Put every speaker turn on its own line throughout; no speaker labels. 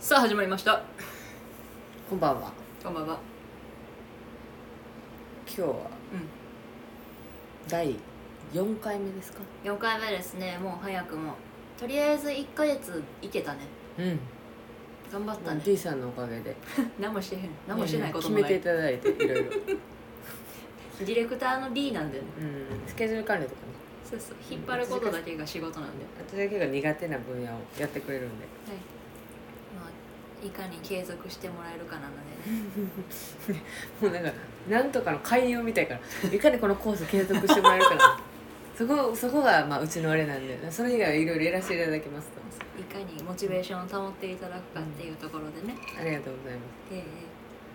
さあ始まりました
こんばんは。
こんばんは
今日は
うん
第四回目ですか。
4回目ですねもう早くもとりあえず1ヶ月いけたね
うん。
頑張ったね
D さんのおかげで。
何もしてへん何もしてないことも
決
な
め
い、
ていただいていろいろ。
ディレクターの D なんだよね
うん。スケジュール管理とかね。
そうそう引っ張ることだけが仕事なんで、
私だけが苦手な分野をやってくれるんで。
まあ、いかに継続してもらえるかなので、ね、
もうなんかなんとかの開運みたいから。いかにこのコース継続してもらえるかな。 そこそこがまあうちのあれなんで、それ以外はいろいろやらせていただきますと。
いかにモチベーションを保っていただくかっていうところでね、
ありがとうございます。
で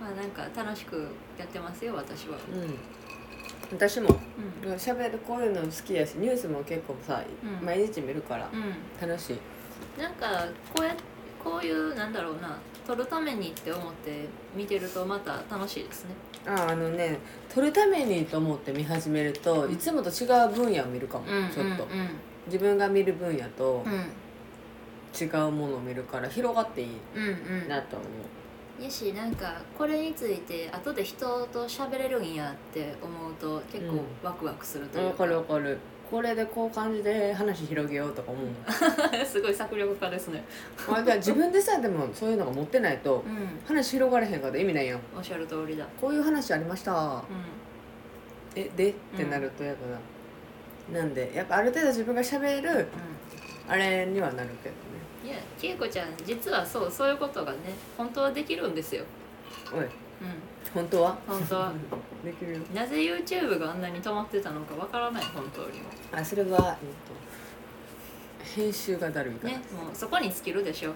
まあなんか楽しくやってますよ私は
うん。私も
うん
喋るこういうの好きやしニュースも結構さ、
うん
毎日見るから
うん
楽しい
なんかこうやこういうなんだろうな撮るためにって思って見てるとまた楽しいですね
ああのね撮るためにと思って見始めると、
うん
いつもと違う分野を見るかも、ちょっと
う
自分が見る分野と
んうん
違うものを見るから広がっていい
うんうん
なと思う、
やしなんかこれについて後で人と喋れるんやって思うと結構ワクワクすると
あ
い
わ
う
か
か、
るわかるこれでこう感じで話広げようとか思う
すごい策略家ですね
まあだから自分でさでもそういうのが持ってないと
うん
話広がれへんから意味ないやん
おっしゃる通りだ
こういう話ありました
う
えでってなるとやから、なんでやっぱある程度自分が喋る
んうん
あれにはなるけどね
いや、けいこちゃん、実はそう、そういうことがね、本当はできるんですよ。
おい
うん、
本当は
本当 は。
できるよ
なぜ YouTube があんなに止まってたのかわからない、本当にも。
あそれは、えっと、編集がだるいから、
ね、もうそこに尽きるでしょ。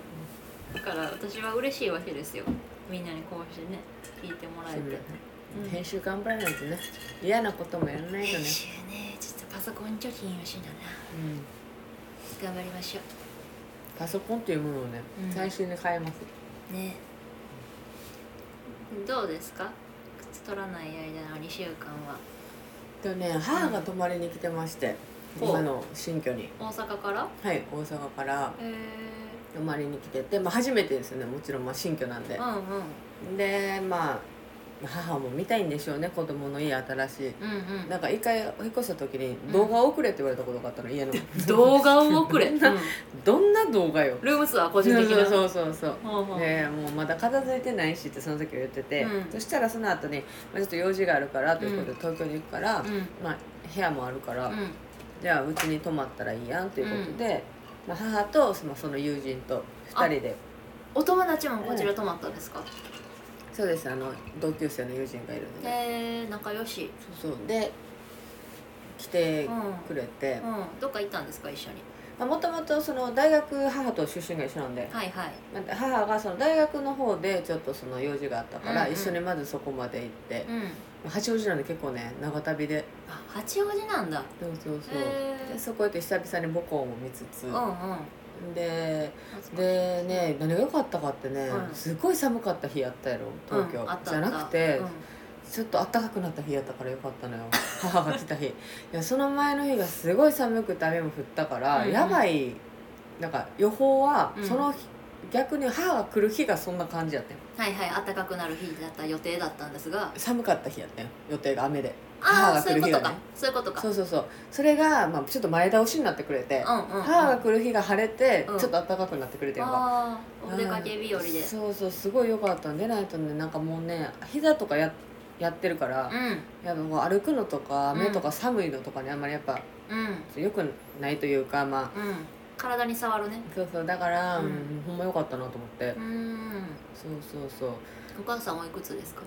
だから、私は嬉しいわけですよ。みんなにこうしてね、聞いてもらえ
そうだ
て
ね。
うん
編集頑張らないとね嫌なこともやらないと
編
ね、
集ね、ちょっとパソコン貯金をしながら
うん、
頑張りましょ
パソコンっていうものをね、
うん
最終に変えます
う。ね。どうですか靴取らない間の2週間は。
でね母が泊まりに来てまして、
うん
今の新居に
大阪から
はい大阪から
え
泊まりに来てて、まあ、初めてですよねもちろんまあ新居なんで
ー、うんうん。
でまあ母も見たいんでしょうね子供の家新しい
うんうん
なんか一回お引っ越した時に動画を送れって言われたことがあったの家の
動画を送れ、
どんな動画よ
ルームツアー個
そう
人的な
そうそうそう
ほうほう
でもうまだ片付いてないしってその時は言ってて、
うん
そしたらその後に、まあ、ちょっと用事があるからということで東京に行くから、
うん
まあ、部屋もあるから、
うん
じゃあうちに泊まったらいいやんということで、まあ、母とそのその友人と2人で
お友達もこちら泊まったんですか、
そうですあの同級生の友人がいるので、
へえ仲良し
そうそうで来てくれて
うん、どっか行ったんですか一緒に
もともと大学母と出身が一緒なんで、
はいはい
まあ母がその大学の方でちょっとその用事があったか
う
ら、
んうん
一緒にまずそこまで行って
う、ん
八王子なんで結構ね長旅で
あ八王子なんだ
そうそうそう、
へえ
でそこやって久々に母校も見つつ、
うんうん
で
懐かしい
でね何が良かったかってね、
うん
すごい寒かった日やったやろ東京、
うんあった
じゃなくて、
うん
ちょっと暖かくなった日やったからよかったのよ 母が来た日いやその前の日がすごい寒くて雨も降ったから、
うんうん
やばいなんか予報は
うん
その日、逆に母が来る日がそんな感じやったよ
はいはい暖かくなる日だった予定だったんですが
寒かった日やったよ予定が雨で
あ
母
あ
が
そうい
来
う
る
こ
日
と
が
か
ね
そういうことか
そうそうそうそれが、まあ、ちょっと前倒しになってくれて、
うんうん、うん、
母が来る日が晴れて、
うん
ちょっと暖かくなってくれてんか
ああお出かけ日和で
うんそうそうすごい良かったんでないとねなんかもうね膝とかややってるから、やっぱこう歩くのとか
うん
目とか寒いのとかねあんまりやっぱ
うんうん
良くないというかまあ
うん体に触るね
そうそうだから、
うん
うんほんま良かったなと思って、
うん
そうそうそう
お母さんおいくつですか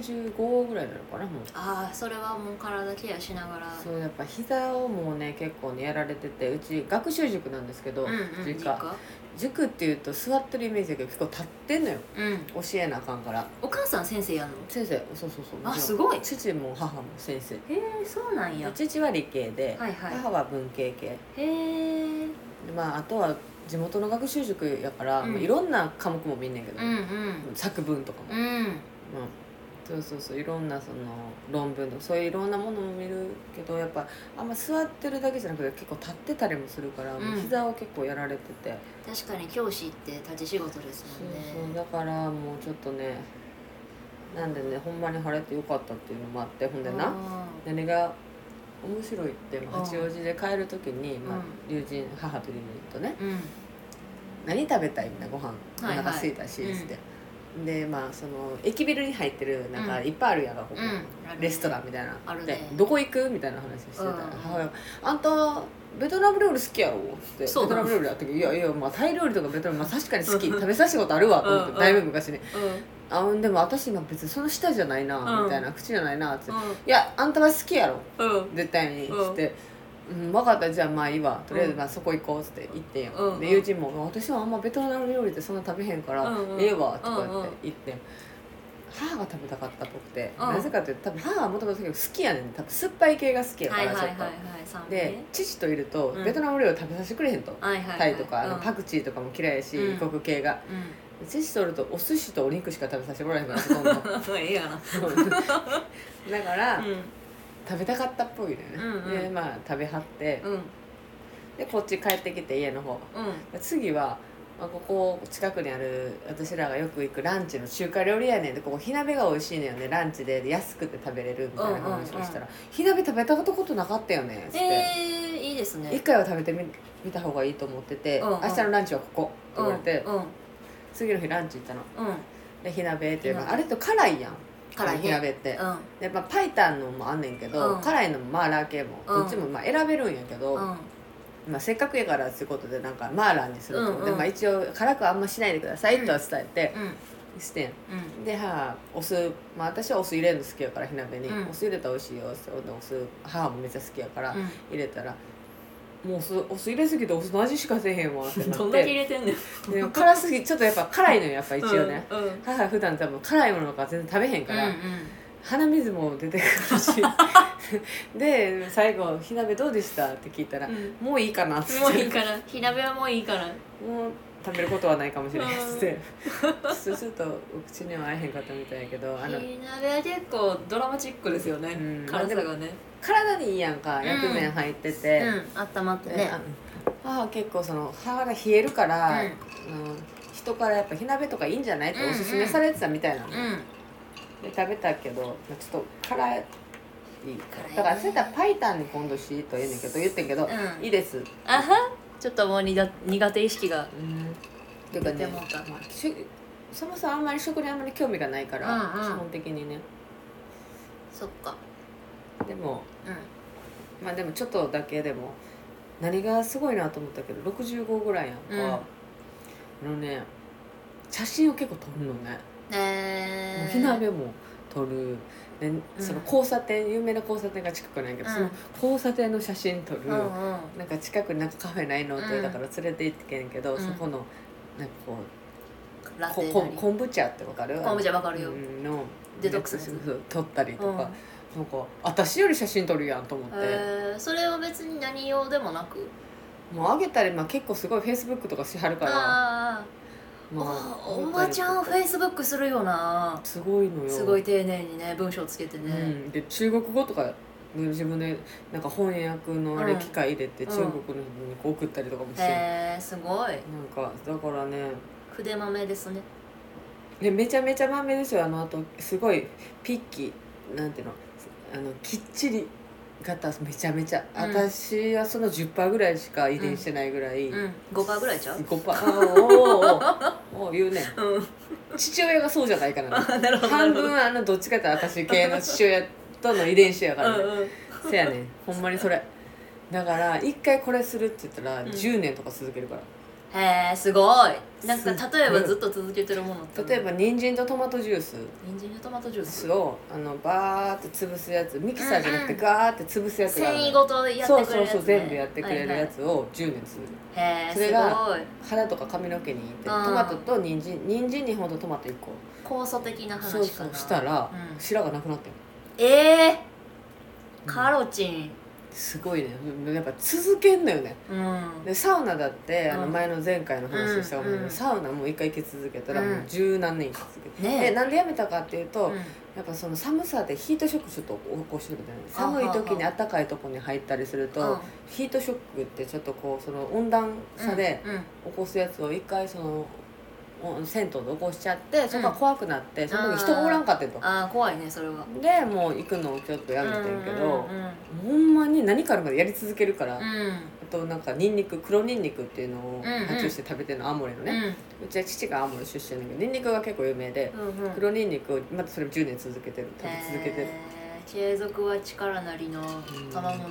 65ぐらいなのかなもう
ああそれはもう体ケアしながら
そうやっぱ膝をもうね結構ねやられててうち学習塾なんですけど、
うんうん
実
実
家
家
塾っていうと座ってるイメージだけど結構立ってんのよ
うん
教えなあかんから
お母さん先生やんの
先生そうそうそう
あ
もちろん
すごい
父も母も先生
へえそうなんや
父は理系で、
はいはい
母は文系系
へえ
でまああとは地元の学習塾やから、
うん
もういろんな科目も見んねんけど、
うんうん
作文とか
う
も、
ん
うそうそうそういろんなその論文とかそういういろんなものも見るけどやっぱあんま座ってるだけじゃなくて結構立ってたりもするから、もう膝を結構やられてて、
確かに教師って立ち仕事です
そう
もんね
そうだからもうちょっとねなんでねほんまに晴れてよかったっていうのもあってほんでな
あ
何が面白いってまあ
うん
八王子で帰る時に、まあ
う、
友人母と友人とね
ーうん
「何食べたい?」みんなご飯お
はいはい
腹空いたし」っつって、でまあその駅ビルに入ってるなんか
うん
いっぱいあるやろここ、
うん
レストランみたいな
あるね
でどこ行く?」みたいな話してたら、
うん
母親があんたベトナム料理好きやろ」って「ベ
そう
トナム料理やったけどいやいや、まあ、タイ料理とかベトナム、まあ、確かに好き食べさせたことあるわ」と思って、
うん
だいぶ昔に
うんうん
「あうんでも私今別にその舌じゃないな」
うん
みたいな「口じゃないな」って言って「いやあんたは好きやろ
うんうん
絶対に」っ
うん
つって。うん、分かったじゃあまあいいわとりあえず
うん
まあそこ行こうっつって行ってんよ、
うん
で友人も「私はあんまベトナム料理ってそんな食べへんから、
うんうん
ええわ」とか言って
うんうん
行ってん母が食べたかったっぽくて、
うん
なぜかというと多分母はもともと好きやねん多分酸っぱい系が好きやか
はい
ら
はい
ちょっ
は
と、
いはい酸味
で
ね
父といると
うん
ベトナム料理を食べさせてくれへんと、
はいはいはい
タイとか、あの
うん
パクチーとかも嫌いやし、
うん
異国系が
う
父といるとお寿司とお肉しか食べさせてもらえへんからほ とんど
んええやな
だから、
う
食べたかったっぽいのよね、
うんうん
でまあ食べはって、
んうん
でこっち帰ってきて家の方
うん
次は、まあ、ここ近くにある私らがよく行くランチの中華料理屋ねんでここ火鍋が美味しいのよねランチでで安くて食べれるみたいな話をしたら「火鍋食べたことなかったよね」っつって。
えー、いいです
一
ね
回は食べてみ見た方がいいと思ってて、
うんうん
明日のランチはここ」って言われて、
うんうん
次の日ランチ行ったの
うん
で火鍋っていう
火
か
鍋
あれって辛いやん
辛い
火
ね
鍋って、
うん
でまあ、パイタンのもあんねんけど、
うん
辛いのもマーラー系も、
うん
どっちもまあ選べるんやけど、
うんうん
まあ、せっかくやからっていうことでなんかマーラーにすると思って、
うんうん
まあ、一応辛くあんましないでくださいとは伝えて、してん
うん
で母お酢、まあ、私はお酢入れるの好きやから火鍋に、
うん
お酢入れたら美味しいよってほんでお酢母もめっちゃ好きやから、
う
入れたらもうお酢お酢入れすぎてお酢の味しかせえへんわってなっ
ん
て
どんだけ入れてんねん
でも辛すぎちょっとやっぱ辛いのよやっぱ一応ね、
うんうん
母普段多分辛いものとか全然食べへんから、
う
鼻水も出てくる しで最後「火鍋どうでした?」って聞いたら「
んうん
もういいかな」っつって
もういいから火鍋はもういいから
もう食べることはないかもしれないっ
うん
つってちょっとお口には合えへんかったみたいやけどあ
火
の
鍋は結構ドラマチックですよね、
うん
辛さがね
体にいいやんか
ん
薬膳入ってて、
あったまって
であの母は結構その母が冷えるから、
うん
あの人からやっぱ火鍋とかいいんじゃないっておすす
うんう
め
ん
されてたみたいなの、
うん
で食べたけど、まあちょっと辛い
辛いね
だからそれやったらパイタンに今度しと言うねんけど言ってんけど、
うん
いいですって
あはちょっともうにだ苦手意識が
いうかね
でもわかんない
まあしそもそもあんまり食にあんまり興味がないから、
うんうん
基本的にね
そっか
でも
う
まあでもちょっとだけでも何がすごいなと思ったけど65ぐらいやんか、
うん
あのね写真を結構撮るのね、
んえー、
火鍋も撮るでその交差点、有名な交差点が近くなんやけど、その交差点の写真撮る、
うんうんうん
なんか近くになんかカフェないのって言うたから連れて行ってけんけど、
うん
そこのなんかこ
ラ
うこ
テ
こ
なり
昆布茶ってわかる
昆布茶わかるよ
うんの
デトックスのやつ
そうそう撮ったりとか、
うん
なんか私より写真撮るやんと思って、
えー、それは別に何用でもなく
もうあげたり、まあ、結構すごいフェイスブックとかしはるから
あー
ま
あ
あ
ーおばちゃんフェイスブックするよな
すごいのよ
すごい丁寧にね文章つけて
う
ね、
ん、で中国語とか自分でなんか翻訳のあれ
うん
機械入れて
うん
中国の人にこう送ったりとかもして、
へえすごい
なんかだからね
筆豆ですね
でめちゃめちゃまめですよあのあとすごいピッキなんていうのあのきっちり型めちゃめちゃ、
うん
私はその10%ぐらいしか遺伝してないぐらい、
うん5%ぐらいちゃう
5%あーおーおーおーおー言うね
うん
父親がそうじゃないからね
あなるほどな
半
るほど
分あのどっちかって私系の父親との遺伝子やからね
うんうん
せやねんほんまにそれだから一回これするって言ったら
うん
10年とか続けるから、
へえすごいなん
すっご
か
い
例えばずっと続けてるものって
例えば人参とトマトジュー
人参やトマトジュース
スをあのバーって潰すやつミキサーじゃなくて
うん
ガーって潰すやつが
繊
あるの
維
よ
ごとや
そ
っ
う
てくれるやつ、
そう
ね、
そう全部やってくれるや
は
つを10年続ける
いはいへえ
そ
す
れが
ごい
肌とか髪の毛にいいってトマトと人参人参2本とトマト1個
酵素的な話かな
そうそうしたら
うん
白がなくなったよ
ええー、カロチン、
すごいねやっぱ続けんのよね
うん
でサウナだってあの
うん
前の前回の話したもんね、
うんうん
サウナもう一回行き続けたら
うん
もう十何年行き続けて、
ねえ
でなんでやめたかっていうと、
うん
やっぱその寒さでヒートショックちょっと起こしてるみたいな寒い時に
あは
暖かいとこに入ったりすると、ヒートショックってちょっとこうその温暖さで
うんうん
起こすやつを一回そのお銭湯で起こしちゃってそこが怖くなって、その時人がおらんかってんと
ああ怖いねそれは
でもう行くのをちょっとやめてんけど
う、ん
ほんまに何からまでやり続けるから、
う
あ
ん
となんかニンニク黒ニンニクっていうのを
うんうん
発注して食べてるの青森の
うんう
ね、
ん
うちは父が青森出身だけどニンニクが結構有名で
うんうん
黒ニンニクをまたそれも10年続けてる食べ続けてる
えー継続は力なりの賜物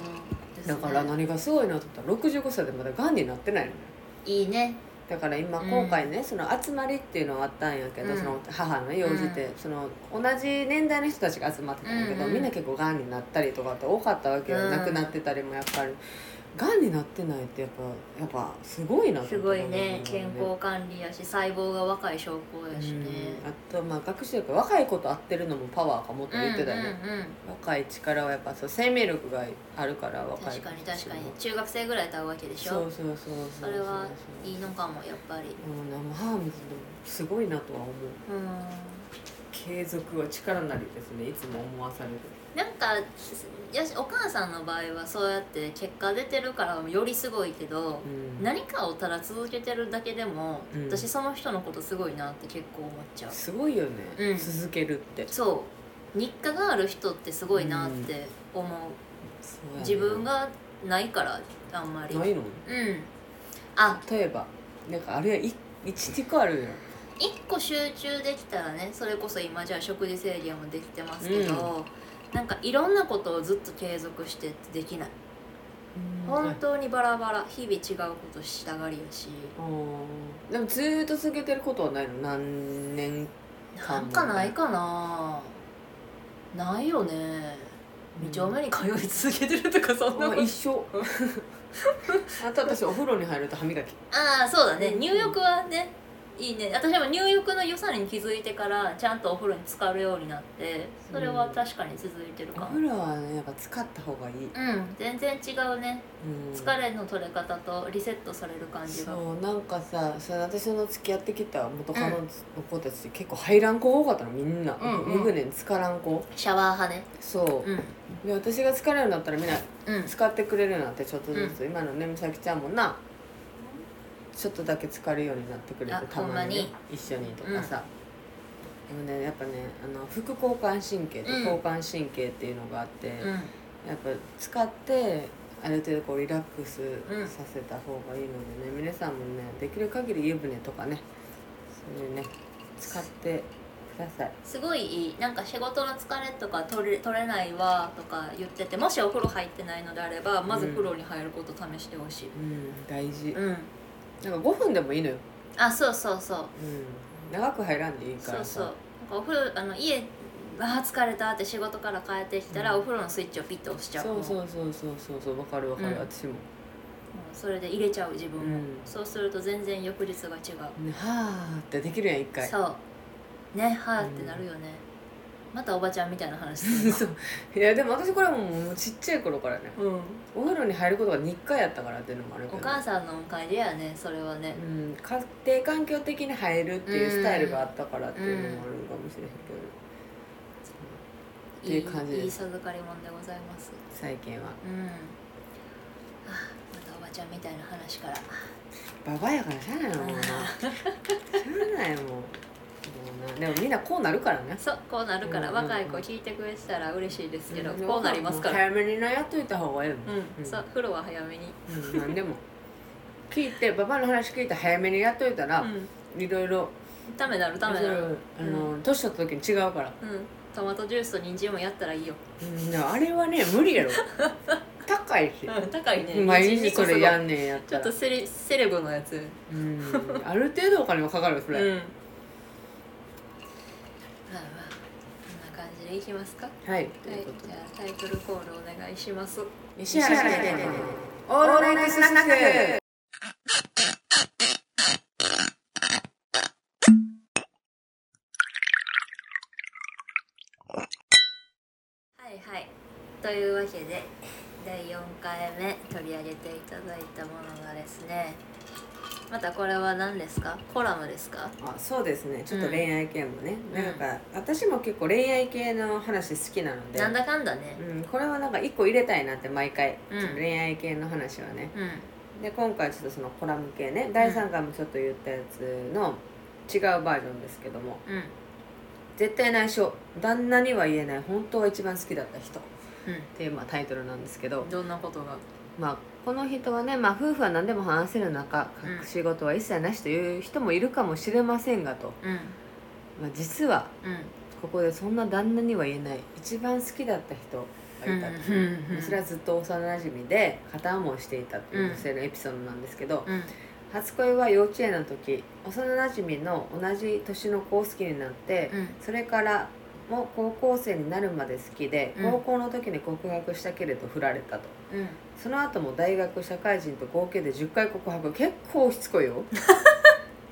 ですね
だから何がすごいなと思ったら65歳でまだがんになってないのね
いいね
だから今
うん
今回ね、その集まりっていうのはあったんやけど、
うん
その母のね用事で、その同じ年代の人たちが集まってたんやけど、
うんうん
みんな結構がんになったりとかって多かったわけよ、
うん
亡くなってたりもやっぱりがんになってないってやっぱやっぱすごいなと
す
思っ
ご
て
いね健
うん
康管理やし細胞が若い証拠やしね
あとまあ学習とか若い子と合ってるのもパワーかもと言ってたよね、
うんうんうん
若い力はやっぱそう生命力があるから若い
確
子
か
た
に
ち
確かに中学生ぐらいと会うわけでし
そ
ょ
うそうそうそう
それはいいのかもやっぱり
うんでも母見ててもすごいなとは思う
うん
継続は力なりですねいつも思わされる
なんかやしお母さんの場合はそうやって結果出てるからよりすごいけど、
うん
何かをただ続けてるだけでも、
うん
私その人のことすごいなって結構思っちゃう
すごいよね、
うん
続けるって
そう日課がある人ってすごいなって思う、
そうやね
自分がないからあんまりう
なんいの
あ
例えばなんかあれやい12個あるよ
一個集中できたらねそれこそ今じゃあ食事制限もできてますけど、なんかいろんなことをずっと継続してってできない本当にバラバラ日々違うことしたがりやし
うんでもずーっと続けてることはないの何年
なんかないかなないよね2丁目に通い続けてるとかそんな
あ
こと
一緒 あと私お風呂に入ると歯磨き
ああそうだね
うん
入浴はねいいね私も入浴の良さに気づいてからちゃんとお風呂に浸かるようになってそれは確かに続いてる
お
かも
風呂はねやっぱ使った方がいい、
うん全然違うね
うん
疲れの取れ方とリセットされる感じが
そうなんかさその私の付き合ってきた元カノの子たち、結構入らん子が多かったのみんな、
うんうん
湯船に浸からん子
シャワー派ね
そう、
うん
で私が疲れるようになったらみんな
うん
使ってくれるようになってちょっとずつ、今のね美咲ちゃんもなちょっとだけ疲れるようになってくれて
あ
たまに,、ね、
ほんま
一緒にとかさ、でもねやっぱねあの副交感神経と
うん
交感神経っていうのがあって、
うん
やっぱ使ってある程度こうリラックス
うん
させた方がいいのでね、皆さんもねできる限り湯船とかねそういうね使ってください
すごいいいなんか仕事の疲れとか取れ取れないわとか言っててもしお風呂入ってないのであればまず風呂に入ることを試してほしい
うん大事
うん
なんか5分でもいいのよ、
あそうそうそう
うん、長く入らんでいい
そ
か
う
ら
そう
さ
なんかお風呂あの家あー疲れたって仕事から帰ってきたら、
うん
お風呂のスイッチをピッと押しちゃう
そう
も
そうそうそうそうそうわかるわかる、
うん
私も、
うそれで入れちゃう自分も、
うん
そうすると全然翌日が違う、
ね、はあってできるやん一回
そうねはあってなるよね、またおばちゃんみたいな話する
そういやでも私これはもうちっちゃい頃からね
な、うん、
お風呂に入ることが日課やったからっていうのもあるけど
お
ね
母さんのおかげやねそれはね、
うん、家庭環境的に入るっていうスタイルがあったからっていうのもあるかもしれへんけど、っていう感じです
いい授かりもんでございます
最近は
うんはあまたおばちゃんみたいな話から
ババアやからしゃあないもんな しゃあないもんもうなでもみんなこうなるからね
そうこうなるから、
うんうんうん
若い子聞いてくれてたら嬉しいですけど、こうなりますから
もう早めになやっといた方がいいよね
うん、
うん
そう風呂は早めに、
うんなんでも聞いてババアの話聞いて早めにやっといたら、
うん、
いろいろ
ダメなるダメなる
あの年取った時に違うから、
うんトマトジュースと人参もやったらいいよ、
うん、でもあれはね無 理やろ高いし、
うん、高いね
毎
人参
日
二個
そ
すご
れ
い
やんねんやっ
ち
た
ょっ
ら
とセレセレブのやつ
うんある程度お金もかかるよそ
うんま
れ、
あまあこんな感じでいきますかは
はい
い
ということ
じ
で
ゃあタイトルコールお願いします
西
原
原
秀
秀
樹
樹
の
のオールナイトスナック
はいはいというわけで第4回目取り上げていただいたものがですねまたこれは何ですかコラムですか
あそうですねちょっと恋愛系もね、なんか私も結構恋愛系の話好きなので
なんだかんだね
うん、これはなんか一個入れたいなって毎回、
うん
ちょっと恋愛系の話はね
うん
で今回ちょっとそのコラム系ね第3回もちょっと言ったやつの違うバージョンですけども
うん
絶対内緒旦那には言えない本当は一番好きだった人っていうまあタイトルなんですけど
うんどんなことが
まあこの人はね、まあ、夫婦は何でも話せる中隠し事は一切なしという人もいるかもしれませんがと、
うん
まあ、実は
うん
ここでそんな旦那には言えない一番好きだった人がいたと、
うん
それはずっと幼馴染で片思いしていたという女性のエピソードなんですけど、
うん
初恋は幼稚園の時幼なじみの同じ年の子を好きになって、
うん
それからも高校生になるまで好きで
うん
高校の時に告白したけれど振られたと、
うん
その後も大学社会人と合計で10回告白結構しつこ いよ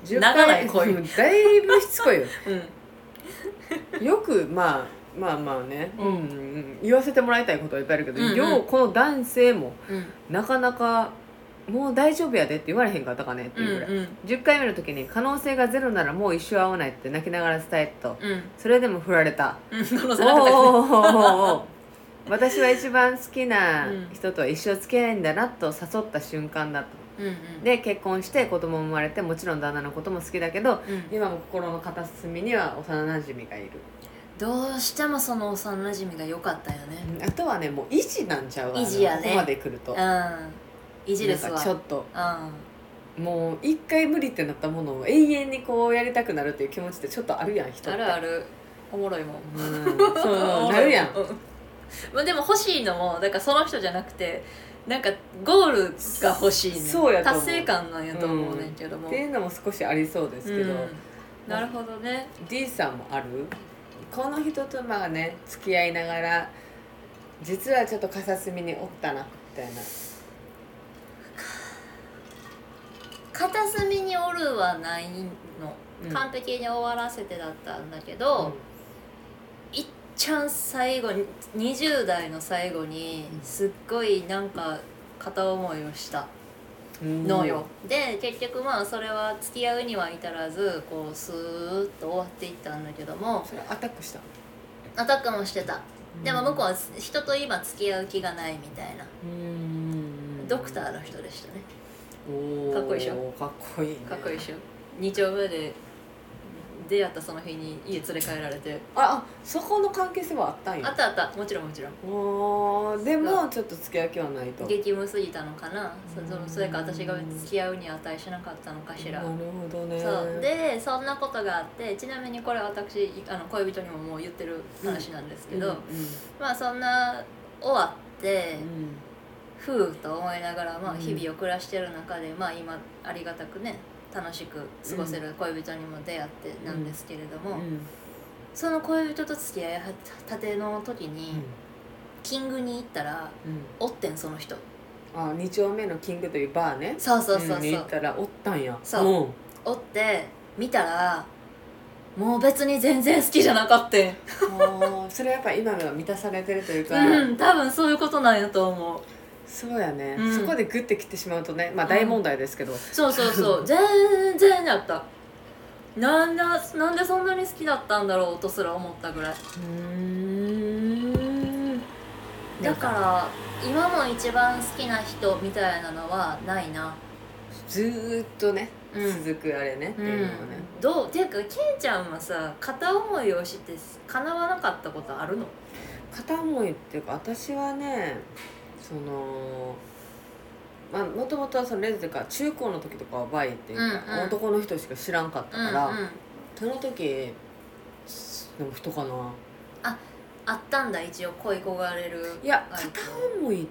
10
長い恋
うんだいぶしつこいよ
うん
よくまあまあまあね、
うん
うんうん言わせてもらいたいことはいっぱいあるけど、
うんうん
ようこの男性も
うん
なかなか「もう大丈夫やで」って言われへんかったかねっていうぐらい、
うん
10回目の時に可能性がゼロならもう一生会わないって泣きながら伝えたと
うん
それでも振られた
うんこ
お
の
ー
背中から
おーおーおー私は一番好きな人とは一生付き合えないんだなと誘った瞬間だと
うんうん
で結婚して子供も生まれてもちろん旦那のことも好きだけど
うん
今も心の片隅には幼なじみがいる
どうしてもその幼馴染が良かったよね
あとはねもう維持なんちゃう
維持やね
ここまで来ると
うん意地です
なん
わ
かちょっと
うん
もう一回無理ってなったものを永遠にこうやりたくなるっていう気持ちってちょっとあるやん人って
あるあるおもろいもん
うんそうなるやん
うまあでも欲しいのもだからその人じゃなくてなんかゴールが欲しいね
そうやと思
達
う
成感なんやと思うねんけども、
っていうのも少しありそうですけど、
うんなるほどね
D さんもあるこの人とまあね付き合いながら実はちょっと片隅におったなみたいな
片隅におるはないの、
うん
完璧に終わらせてだったんだけど、いっちゃん最後に20代の最後に
うん
すっごいなんか片思いをした
うん
のよ、で結局まあそれは付き合うには至らずこうスーッと終わっていったんだけども
それアタックした
アタックもしてたでも向こうは人と今付き合う気がないみたいな
うん
ドクターの人でしたね
おー
かっこいいでしょ
かっこいい、ね、
かっこいいでしょ2丁目で出会ったその日に家連れ帰られて
ああそこの関係性もあったん
あっ
や
たあったもちろんもちろん
おーでもちょっと付き合う気はないと
激務すぎたのかなそ
うん
そのそれか私が付き合うに値しなかったのかしら
なるほどね
そうでそんなことがあってちなみにこれ私あの恋人にももう言ってる話なんですけど、
うん
まあそんな終わって
うんうん
ふうと思いながら、ま
う
あ、
ん
日々を暮らしてる中で、まあ今ありがたくね楽しく過ごせる恋人にも出会ってなんですけれども、
うん
その恋人と付き合いはたての時に、キングに行ったら
うん
おってんその人
あ二丁目のキングというバーね
そうそうそうそう、
んに行ったらおったんや
そう
う
おって見たらもう別に全然好きじゃなかった
あーそれはやっぱ今のが満たされてるというか、
うん多分そういうことなんやと思う
そうやね、
うん
そこでグッて切ってしまうとねまあ大問題ですけど、
そうそうそう 全然だったなんだなんでそんなに好きだったんだろうとすら思ったぐらい
うん
だから今も一番好きな人みたいなのはないな
ずーっとね、
うん
続くあれねっていうのはね、
うん、どうていうかけいちゃんはさ片思いをして叶わなかったことあるの
片思いっていうか私はねそのまあもともとはそのレズというか中高の時とかはバイっていうか、
うんうん
男の人しか知らんかったから、
うんうん、
その時でも人かな
あったんだ一応恋焦がれる
いや
あ
片思い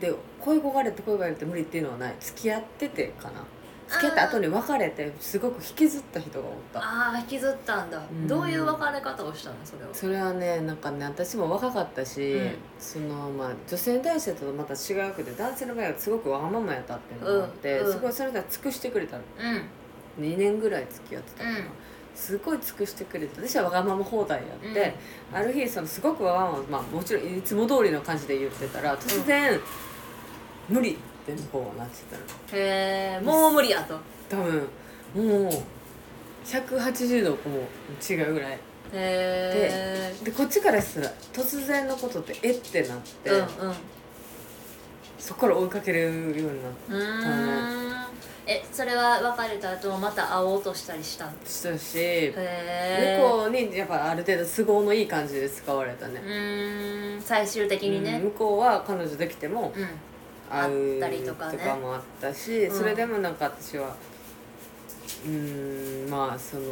で恋焦がれて恋焦がれて無理っていうのはない付き合っててかな付き合った後に別れてすごく引きずった人がおった
ああ引きずったんだ、
ん
どういう別れ方をしたのそれは
それはねなんかね私も若かったし、
うん
そのまあ、女性に対してとまた違うくて男性の場合はすごくわがままやったっていうのがあって、
うんうん
すごいそれが尽くしてくれたの
うん
2年ぐらい付き合ってたかな、
うん
すごい尽くしてくれて私はわがまま放題やって、ある日そのすごくわがまま、まあ、もちろんいつも通りの感じで言ってたら突然、無理って向こうはなってたの
へえもう無理やと
多分もう180度もう違うぐらい
へえ
でこっちからしたら突然のことってえってなって、
うんうん
そこから追いかけるようになっ
うーんえそれは別れた後また会おうとしたりしたのへ
たし
え
向こうにやっぱある程度都合のいい感じで使われたね
う、ーん最終的に
うん
ね
向こうは彼女できても
うん
会
会
う
ったりとかね
もあったし、
うん
それでもなんか私はうーんまあその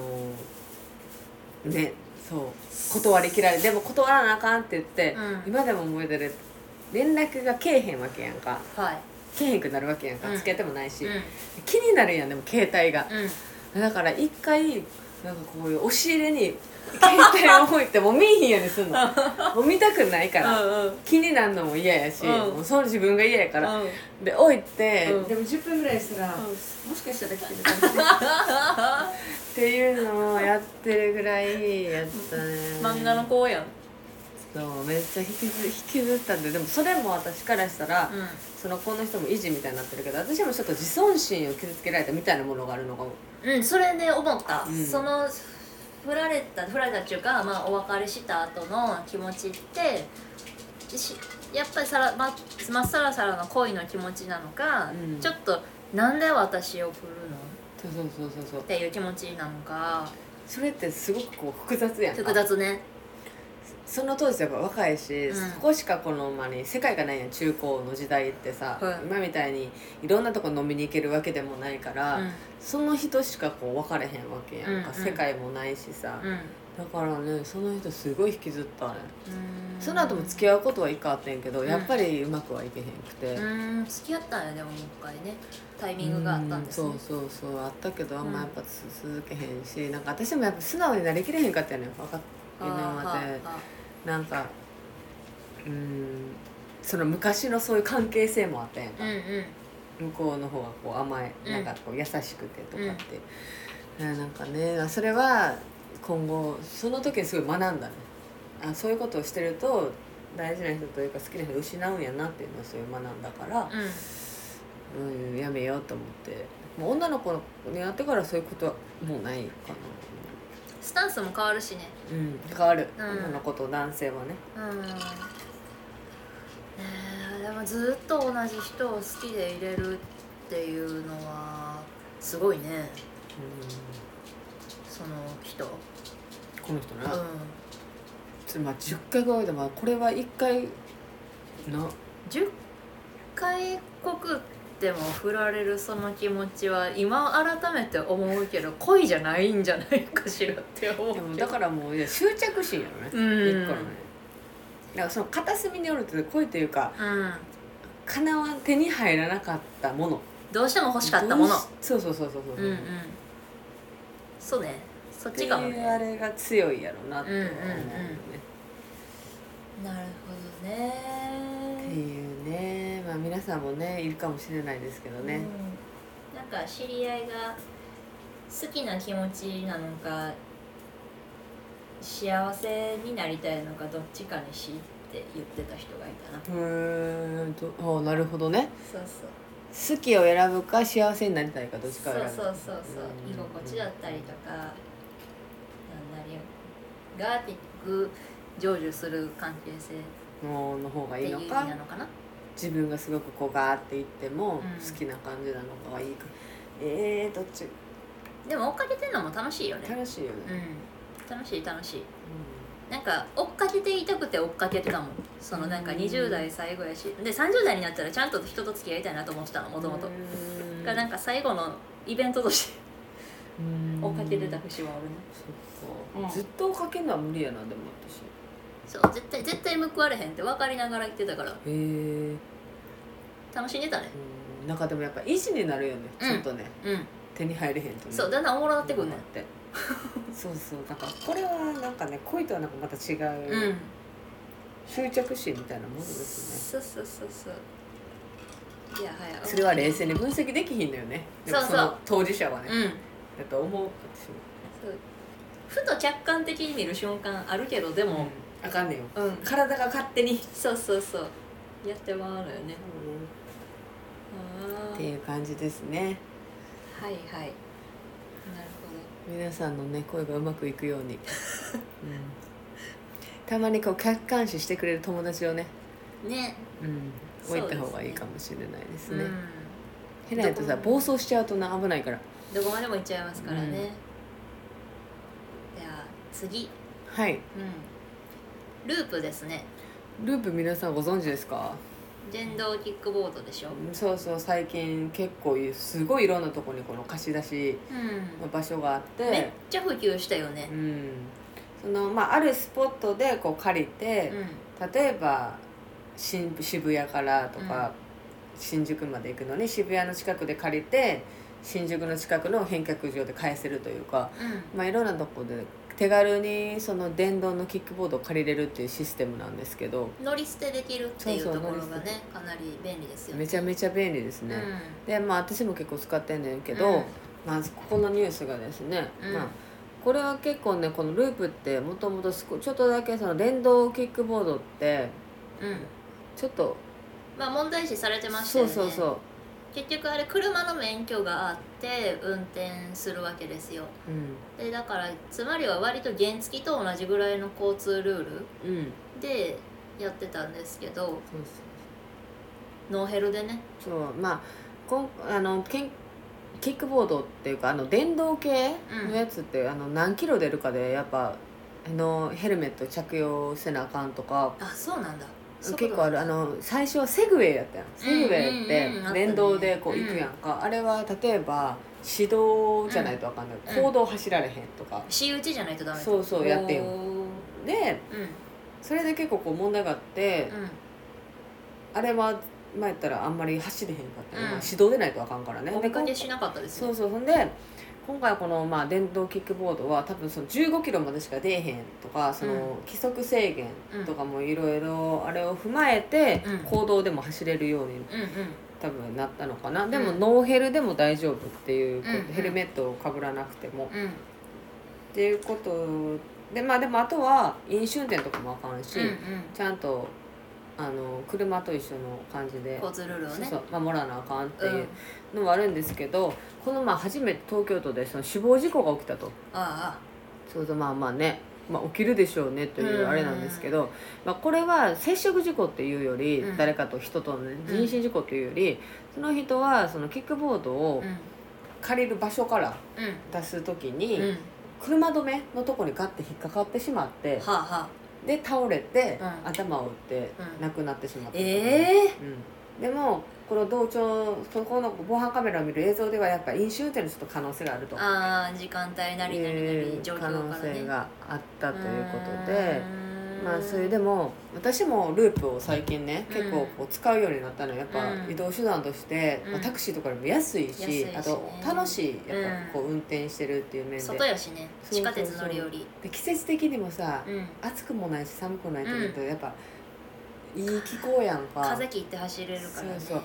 ねそう断り切られでも断らなあかんって言って、
うん
今でも覚えてる連絡がけえへんわけやんか
はい
けえへんくなるわけやんか、
うん
つけてもないし、
う
気になるやんでも携帯が、
んうん
だから一回なんかこういう押し入れに携帯を置いてもう見えへんようにすん のもう見たくないから、
うんうん
気になるのも嫌や
う
し、
ん
もうその自分が嫌やから、
うん
で置いて、
うん
でも10分ぐらいしたら、
うん
もしかしたら来てるかもしれないっていうのをやってるぐらいやったね
漫画の子やん
そうめっちゃ引きず引きずったんででもそれも私からしたら、
うん
そのこの人も維持みたいになってるけど私もちょっと自尊心を傷つけられたみたいなものがあるのかも
うんそれで思った、
うん
その振られた振られたっていうか、まあ、お別れした後の気持ちってしやっぱりさらままっさらさらの恋の気持ちなのか、
うん
ちょっとなんで私を振るの
そうそうそうそうそう
っていう気持ちなのか
それってすごくこう複雑やんか
複雑ね
その当時やっぱ若いし、
うん
そこしかこのまに世界がないやん中高の時代ってさ、
はい
今みたいにいろんなとこ飲みに行けるわけでもないから、
うん
その人しかこう分かれへんわけやんか、
うんうん
世界もないしさ、
うん
だからねその人すごい引きずったね、
うん
その後も付き合うことはいかあってんけど、
ん
やっぱりうまくはいけへんくて、
うん付き合ったんやでももう一回ねタイミングがあったんですね
うんそうそうそうあったけどあん
うん
まやっぱつ続けへんし、なんか私もやっぱ素直になりきれへんかったよね分かっ
あー
今まで。
あ
なんかうーんその昔のそういう関係性もあったやん
ー
か、
あーうん
向こうの方がこう甘え
うん
なんかこう優しくてとかって、うんなんかねそれは今後その時にすごい学んだねあそういうことをしてると大事な人というか好きな人を失うんやなっていうのをそういう学んだから、
うん
うん、やめようと思ってもう女の子になってからそういうことはもうないかな、
スタンスも変わるしね
うん、変わる、
うん
女の子と男性はね
うんねえでもずっと同じ人を好きでいれるっていうのはすごいね
う
その人うん
この人な、つまり10回ぐらいでもこれは1回な
10回告っても振られるその気持ちは今改めて思うけど恋じゃないんじゃないかしらって思う
でも
けど
だからもういや執着心やろね、
うん
一個のねだからその片隅におるって恋というか
うん
叶わん手に入らなかったもの
どうしても欲しかったも
ど
の
うしそうそうそうそうそううん
うんそうねそっ
って
ち
い
かも
うあ
ね
れが強いやろなって思うよね、
なるほどね
っていうねまあ皆さんもねいるかもしれないですけどね、
うん、なんか知り合いが好きな気持ちなのか幸せになりたいのかどっちかにしって言ってた人がいたな
うーんとああなるほどね
そうそう
好きを選ぶか幸せになりたいかどっち
そ
か
う
を選ぶ
そうそうそう
うん
居心地だったりとかなんなりが結局成就する関係性
のの方が
って
い
い
いうの
意味
か
なのかな
自分がすごくこうガーっていって
う
も
ん
好きな感じなのかがいいか、えー、どっち
でも追っかけてんのも楽しいよね
楽しいよね、うん
うん楽しい楽しいなんか追っかけていたくて追っかけてたもんそのなんか
うん
20代最後やしで30代になったらちゃんと人と付き合いたいなと思ってたのもともと
うん
がなんか最後のイベントとして
うん
追っかけてた節はあるね
そっ
う
か、
ん
ずっと追っかけるのは無理やなでも私
そう絶対絶対報われへんって分かりながら言ってたから
へえ
楽しんでたね
んなんかでもやっぱ維持になるよね、
うん
ちょっとね
うん
手に入れへんとね
そうだんだんおもろなってくるね
なってそうそうだからこれはなんかね恋とはなんかまた違
う
う、
ん
執着心みたいなものですよね
そうそうそうそういやはや
それは冷静に分析できひんのよねでも
そうそう
の当事者はね、
うん
だと思う私も
そうふと客観的に見る瞬間あるけどで
も
も
うあかんねんよ
うん、
体が勝手に、
そうそうそうやってまうのよねあー
っていう感じですね
はいはいなる
皆さんのね声がうまくいくよう に、うんたまにこう客観視してくれる友達をね、
ほどね
うん、
そうで
置
すね
いた方がいいかもしれないですね
う
ヘラやとさ暴走しちゃうとな危ないから
ん、どこまでも行っちゃいますからね、
うん
では次、
はい
うん、ループですね
ループ皆さんご存知ですか
電動キックボードでしょ、
そうそう最近結構いうすごいいろんなとこにこの貸し出しの
う
場所があっ、
ん、めってちゃ普及したよね
う、んそのまあ、あるスポットでこう借り
う
て、
ん
例えば新渋谷からとか、新宿まで行くのに渋谷の近くで借りて新宿の近くの返却場で返せるというか、まあ、いろんなとこで手軽にその電動のキックボードを借りれるっていうシステムなんですけど
乗り捨てできるっていう
そう
と
そう
ころが
乗り捨
ねかなり便利ですよね
めちゃめちゃ便利ですね。
う
でまあ、私も結構使ってんねんけ
ん
ど、
うん
まずここのニュースがですね、
うん
まあ、これは結構ねこのループってもともとちょっとだけその電動キックボードって
うん
ちょっと、
まあ問題視されてました
そ
よ
う
ね
そうそう、
結局あれ車の免許があって運転するわけですよ
う
でだからつまりは割と原付と同じぐらいの交通ルール
んうん、
でやってたんですけど
そう
ノーヘルでね
そうそうまあこんあのけんキックボードっていうかあの電動系のやつって、あの何キロ出るかでやっぱあのヘルメット着用せなあかんとか
あそうなんだ
結構あるあの最初はセグウェイやったやんセグウェイっ
うんうんうんあった
て
ね
電動でこう行くやんか、あれは例えば指導じゃないとあかんない、
うん
行動走られへんとか、
私有地じゃないとダメ
そうそうやってよ
おーうん
でそれで結構こう問題があって、あれは前やったらあんまり走れへんかったよ、
うん
まあ指導でないとあかんからね
うんお
で
見かけしなかったです
そ
よ
うそうほんで今回このまあ電動キックボードは多分その15キロまでしか出えへんとかその
うん
規則制限とかもいろいろあれを踏まえて
うん
行動でも走れるように
うんうん
多分なったのかなでも
うん
ノーヘルでも大丈夫っていうこと
うんうん
ヘルメットをかぶらなくても
うん
っていうことでまあでもあとは飲酒運転とかもあかんし
うん
ちゃんとあの車と一緒の感じ
う
で
ん。交通ルールを
そう
ね
そう守らなあかんっていううんのはあるんですけどこのまあ初めて東京都でその死亡事故が起きたと
あ
そうそうまあまあね、まあ、起きるでしょうねといううんあれなんですけど、まあ、これは接触事故っていうより、
うん
誰かと人とのね人身事故というより、その人はそのキックボード
ああ
を
う
借りる場所から
ん
出す時
う
に、
んうんは
車止めのとこにガッて引っかかってしまって
あはあ
で倒れて、
うん
頭を打って
うん
亡くなってしまったとかね、
ええ
うん、でもこの同調そこの防犯カメラを見る映像ではやっぱ飲酒運転のちょっと可能性があると
ああ時間帯なりなりな
いう
り状況
可能
からね
性があったということ
う
で
ーん
まあそれでも私もループを最近ね
うん
結構こう使うようになったのはやっぱ
うん
移動手段として、
うん
まあ、タクシーとかでも安いし
安いしね
あと楽しいやっぱこう運転してるっていう面で,、
外やしね
そう
地下鉄乗り降り
で季節的にもさ、
うん
暑くもないし寒くもないと思うとやっぱいい気候やんか。
風切って走れるからね
そうそうっ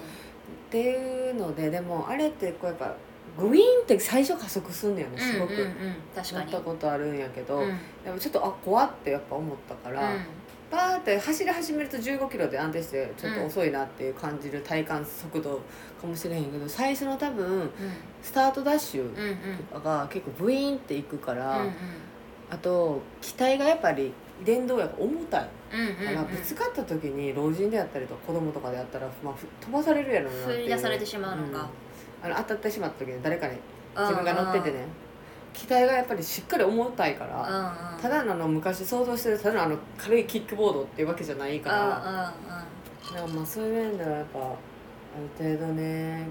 ていうのででもあれってこうやっぱグイーンって最初加速すんだよねすごく、
うんうんうん、確
乗
か
っ
に
たことあるんやけど、
うん
でもちょっとあ怖ってやっぱ思ったから、バーって走り始めると15キロで安定してちょっと遅いなっていう感じる体感速度かもしれへんけど最初の多分
うん
スタートダッシュ
うんうん
とかが結構ブイーンっていくか
う
ら、
ん
あと機体がやっぱり電動やから重たい
うんうん
か
うんう
ら
ん
ぶつかった時に老人であったりとか子供とかであったら、まあ、ふ飛ばされるやろうなっていう
振り出されてしまうのか
うんあの当たってしまった時に誰かに自分が乗ってて
うん
ね機体がやっぱりしっかり重たいから
うんうん
ただのあの昔想像してるただのあの軽いキックボードっていうわけじゃないから
うんうんうん
だからまあそういう面ではやっぱある程度ね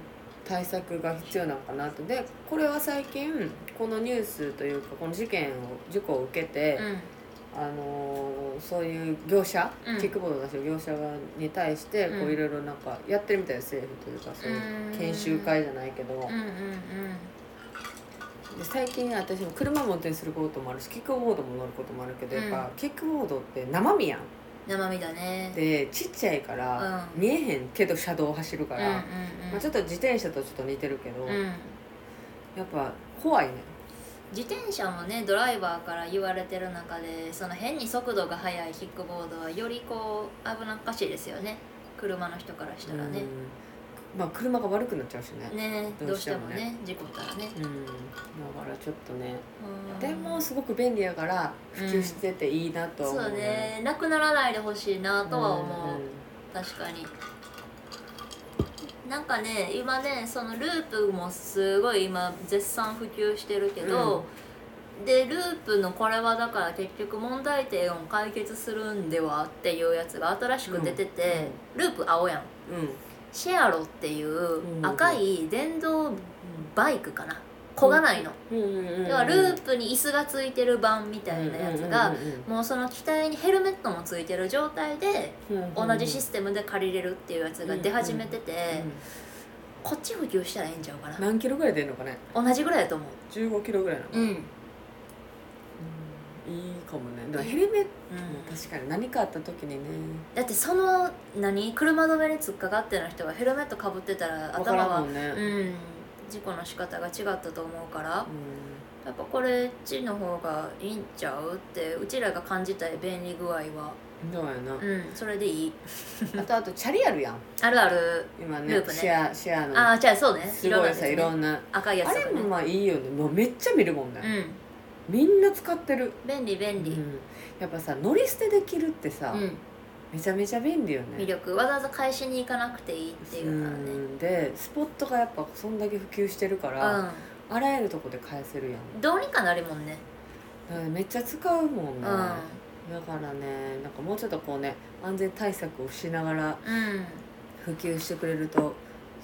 対策が必要なのかなとでこれは最近このニュースというかこの事件を事故を受けて、
うん
あのーそういう業者、
うん
キックボードを出してる業者がに対してこ
う
うんいろいろなんかやってるみたいな政府というかそういう研修会じゃないけど、
うんうん
で最近私も車も運転することもあるしキックボードも乗ることもあるけど、
うん
やっぱキックボードって生身やん
生身だね
でちっちゃいから、
うん
見えへんけど車道を走るか
うん
ら、
うんうん
まあ、ちょっと自転車とちょっと似てるけど、
うん
やっぱ怖いね
自転車もねドライバーから言われてる中でその変に速度が速いキックボードはよりこう危なっかしいですよね車の人からしたらね
う、んまあ車が悪くなっちゃうしね
ね
ど
ど
う
う
し
してて
も
も
ね
ね事故ったらね、
うんだからちょっとね
うん
でもすごく便利やから普及してていいなとは
そう
思う、
だねなくならないでほしいなとは思う、
ん
確かになんかね今ねそのループもすごい今絶賛普及してるけど、でループのこれはだから結局問題点を解決するんではっていうやつが新しく出てて、ループ青やん
うん
シェアロっていう赤い電動バイクかな
う
こ
ん
がないの、
うん
要はループに椅子がついてる版みたいなやつが、もうその機体にヘルメットもついてる状態で同じシ
ス
ステムで借りれるっていうやつが出始めてて、こっち普及したらいいんちゃうかな、
何キロぐらい出るのかね
同じぐらいだと思
15キロぐらいなの
ううん、うん、
いいかもねでもヘルメットも確かに何かあった時にね
だってその何車止めに突っかかってる人がヘルメットかぶってたら
分から
頭は
んもんね
うん事故の仕方が違ったと思うから
う
やっぱこれっちの方がいいんちゃうってうちらが感じたい便利具合は
んどうやな
うんそれでいい
あとあとチャリあるやん
あるある
今ね
ループね
シェアシェア
あ
の
あじゃあそうね
すごいさいろ
んなや
んな
つね赤いやつ
あ
とか、ね、
れもまあいいよねもうめっちゃ見るもんね
うん
みんな使ってる
便利便利、
うんやっぱさ乗り捨てできるってさ
うん、
めちゃめちゃ便利よね
魅力わざわざ返しに行かなくていいっていうのはね
うんでスポットがやっぱそんだけ普及してるから、
う
あらゆるとこで返せるやん
んどうにかなるもんね
だからめっちゃ使うもん
う
ね、
んうん
だからねなんかもうちょっとこうね安全対策をしながら普及してくれると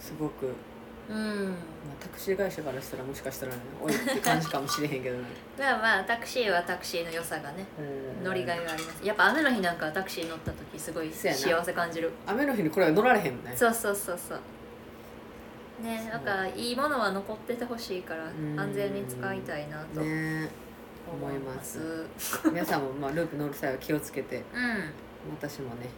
すごく、
う
ま
ん
あ、タクシー会社からしたらもしかしたらねおいって感じかもしれへんけどね、
まあまあタクシーはタクシーの良さがね
うん
乗りがいがありますやっぱ雨の日なんかはタクシー乗った時すごい
そうやな
幸せ感じる
雨の日にこれは乗られへんもんね
そうそうそうそうね
そう
なんかいいものは残っててほしいから
ん
安全に使いたいなと
ね
思います
思皆さんもまあループ乗る際は気をつけて
うん
私もね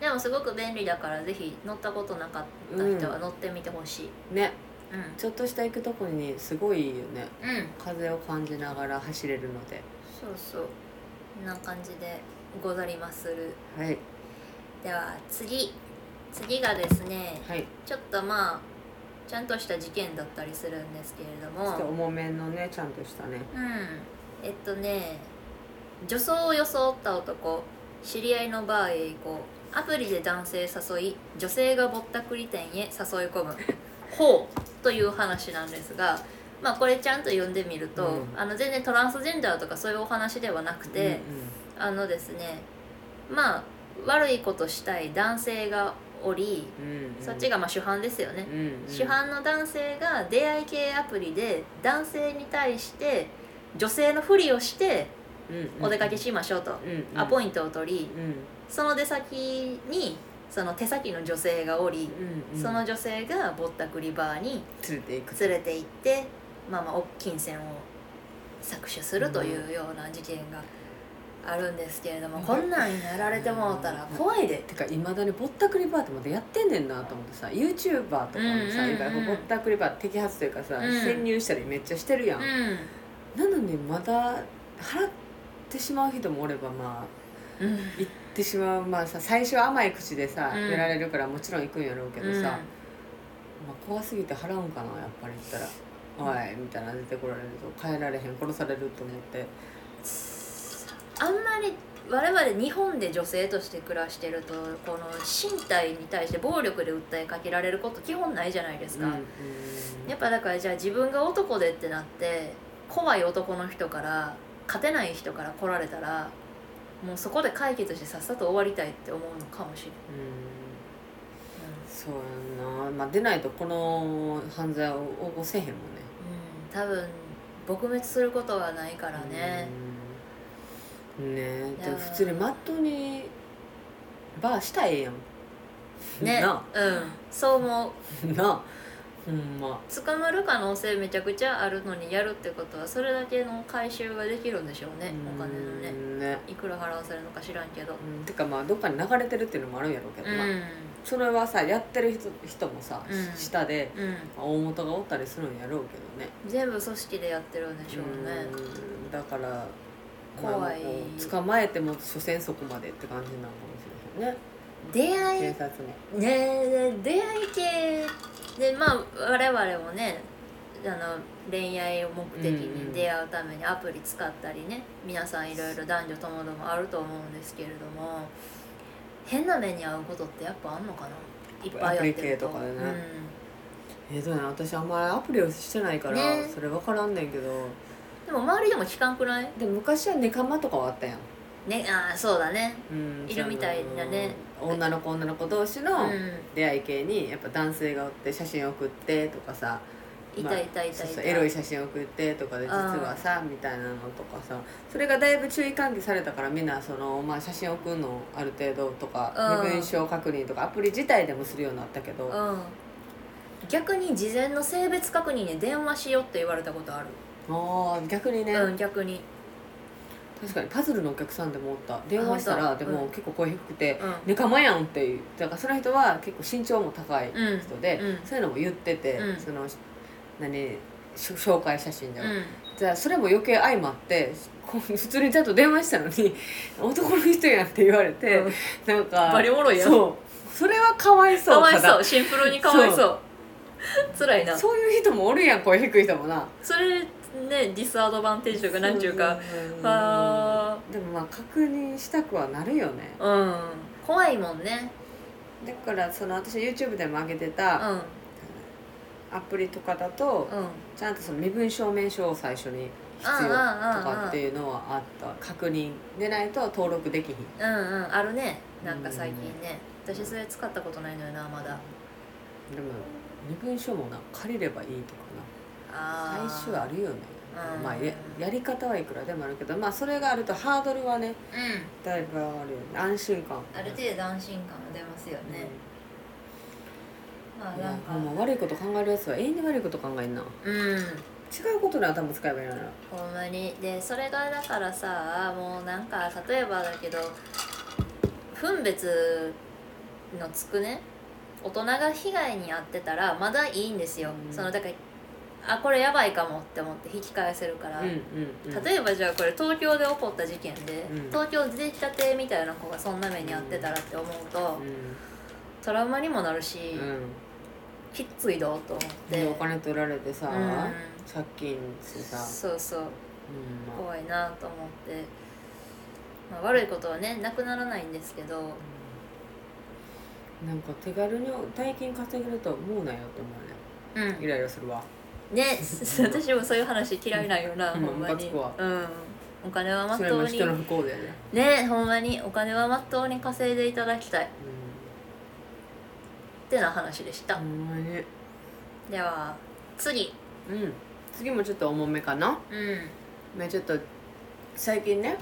でもすごく便利だからぜひ乗ったことなかった人は乗ってみてほしい
ね
うん
ちょっとした行くとこにすごいいいよね
うん
風を感じながら走れるので
そうそうこんな感じでござりまする
はい
では次次がですね
はい
ちょっとまあちゃんとした事件だったりするんですけれど
ちょっと
も
重めのねちゃんとしたね
うんえっとね女装を装った男知り合いのバーへ行こうアプリで男性誘い女性がぼったくり店へ誘い込むほうという話なんですがまあこれちゃんと読んでみると、
うん
あの全然トランスジェンダーとかそういうお話ではなくて、あのですねまあ悪いことしたい男性がおり、
うんうん、うん
そっち
が、
がまあ主犯ですよね
う、んうん、
主犯の男性が出会い系アプリで男性に対して女性のふりをして
うんうん
お出かけしましょうと、
うんうん、
アポイントを取り
うん
その出先にその手先の女性がおり、
うんうん、
その女性がぼったくりバーに
連れていく
連れて行ってまあまあお金銭を搾取するというような事件があるんですけれども、
うん
こんなんやられてもうたら怖いで、
てかいまだにぼったくりバーってまだやってんねんなと思ってさ YouTuber とかもさ、
うんうん
いわゆるぼったくりバー摘発というかさ、
うん
潜入したりめっちゃしてるやん、なのにまだ払ってしまう人もおればまあ
うんうん
行ってしまうまあさ最初は甘い口でさ、
うん
やられるからもちろん行くんやろうけどさ、
うん
まあ、怖すぎて払うんかなやっぱり言ったら「おい」みたいな出てこられると帰られへん殺されると思って
あんまり我々日本で女性として暮らしてるとこの身体に対して暴力で訴えかけられること基本ないじゃないですか、
うんうん
やっぱだからじゃあ自分が男でってなって怖い男の人から勝てない人から来られたらもうそこで解決してさっさと終わりたいって思うのかもしれ
うん
ない、
そうやんな、まあ、出ないとこの犯罪を起こせへんもんね
うん、多分撲滅することはないからね、
うんねえ
いやー
普通にまっとうにバーしたらええやん
ね
な
うんそう思う
あなあほんま
捕まる可能性めちゃくちゃあるのにやるってことはそれだけの回収ができるんでしょうねお金のね
うんね
いくら払わせるのか知らんけど
うんてかまあどっかに流れてるっていうのもあるんやろうけどな、
う
うん
ん
それはさやってる人人もさ、
うん
下で
うん
大元がおったりするんやろうけどね
全部組織でやってるんでしょうね
うんだから
怖い
まあこう捕まえても所詮そこまでって感じなのかもしれないね
出会い
警察も
ね出会い系でまあ我々もねあの恋愛を目的
うんう
に
ん
出会うためにアプリ使ったりね、皆さんいろいろ男女ともどもあると思うんですけれども変な目に遭うことってやっぱあんのかないっぱいやってると
アプリ系とかでね
う
えー、どうや私あんまりアプリをしてないから、
ね
それ分からんねんけ
ん、
ど
でも周りでも聞かんくない
でも昔はネカマとかはあったやん、
ねああそうだね
うん
いるみたいだね
その女の子女の子同士
う
の
ん
出会い系にやっぱ男性がおって写真送ってとかさ
いたいたいた
そう
い
そ
た
うエロい写真送ってとかで実はさみたいなのとかさそれがだいぶ注意喚起されたからみんなその、まあ、写真送るのある程度とか
うん
身分証確認とかアプリ自体でもするようになったけ
う
ど、
ん逆に事前の性別確認で電話しようって言われたことある、
あー逆にね、
うん逆に
確かにパズルのお客さんでもおった電話した
あ
ら
本当
でも
うん
結構声低くて
うん
「ネカマやん」っていうだからその人は結構身長も高い
うん
人で、
うん
そういうのも言ってて、
うん
その何し紹介写真でも、
うん
じゃあそれも余計相まってこう普通にちゃんと電話したのに「男の人やん」って言われて、
うん
なんか
バリおもろいやん
そうそれはかわいそう
かわい
た
そ
だ
うシンプルにかわいそう辛いなそ
そういう人もおるやん声低い人もな
れねディスアドバンテージというかなんていうか
うん
あ
でもまあ確認したくはなるよね
うん怖いもんね
だからその私 YouTube でも上げて
うん
たアプリとかだと
うん
ちゃんとその身分証明書を最初に必要とかっていうのはあった確認でないと登録できひん
うんうんあるねなんか最近ね私それ使ったことないのよなまだ
でも身分証もな借りればいいとか
あ
な
ー
最終あるよね
うん
まあややり方はいくらでもあるけどまあそれがあるとハードルはね
う
だいぶ上がるよね安心感
んある程度安心感が出ますよねまあ
うんい
なん
や
か
ほんま悪いこと考えるやつは永遠に悪いこと考えんな違
うん
うことに頭使えばいいのよな
ほんまにでそれがだからさもうなんか例えばだけど分別のつくね大人が被害に遭ってたらまだいいんですよ、
うん
そのだからあこれやばいかもって思って引き返せるから、
うんうんうん
例えばじゃあこれ東京で起こった事件で、
うん
東京出てきたてみたいな子がそんな目に遭ってたらって思うと、
う
トラウマにもなるし、
んうん
きっついどと思って、
でお金取られてさ、
うん
借金してさ、
そうそう
うんまあ
怖いなと思って、まあ、悪いことはねなくならないんですけど
なんか手軽に大金稼げると思うなよって思
うん
うねイライラするわ
ね 私もそういう話嫌いなんよな、
うん
ほんまに、
ムカつく
うん、お金はまっ
それ
と
も
う
人の
に
不幸だよね、
ねほんまにお金はまっとうに稼いでいただきたいってな話でした、
うん、ほんまに
では次
うん次もちょっと重めかな
うんうん
まあちょっと最近ね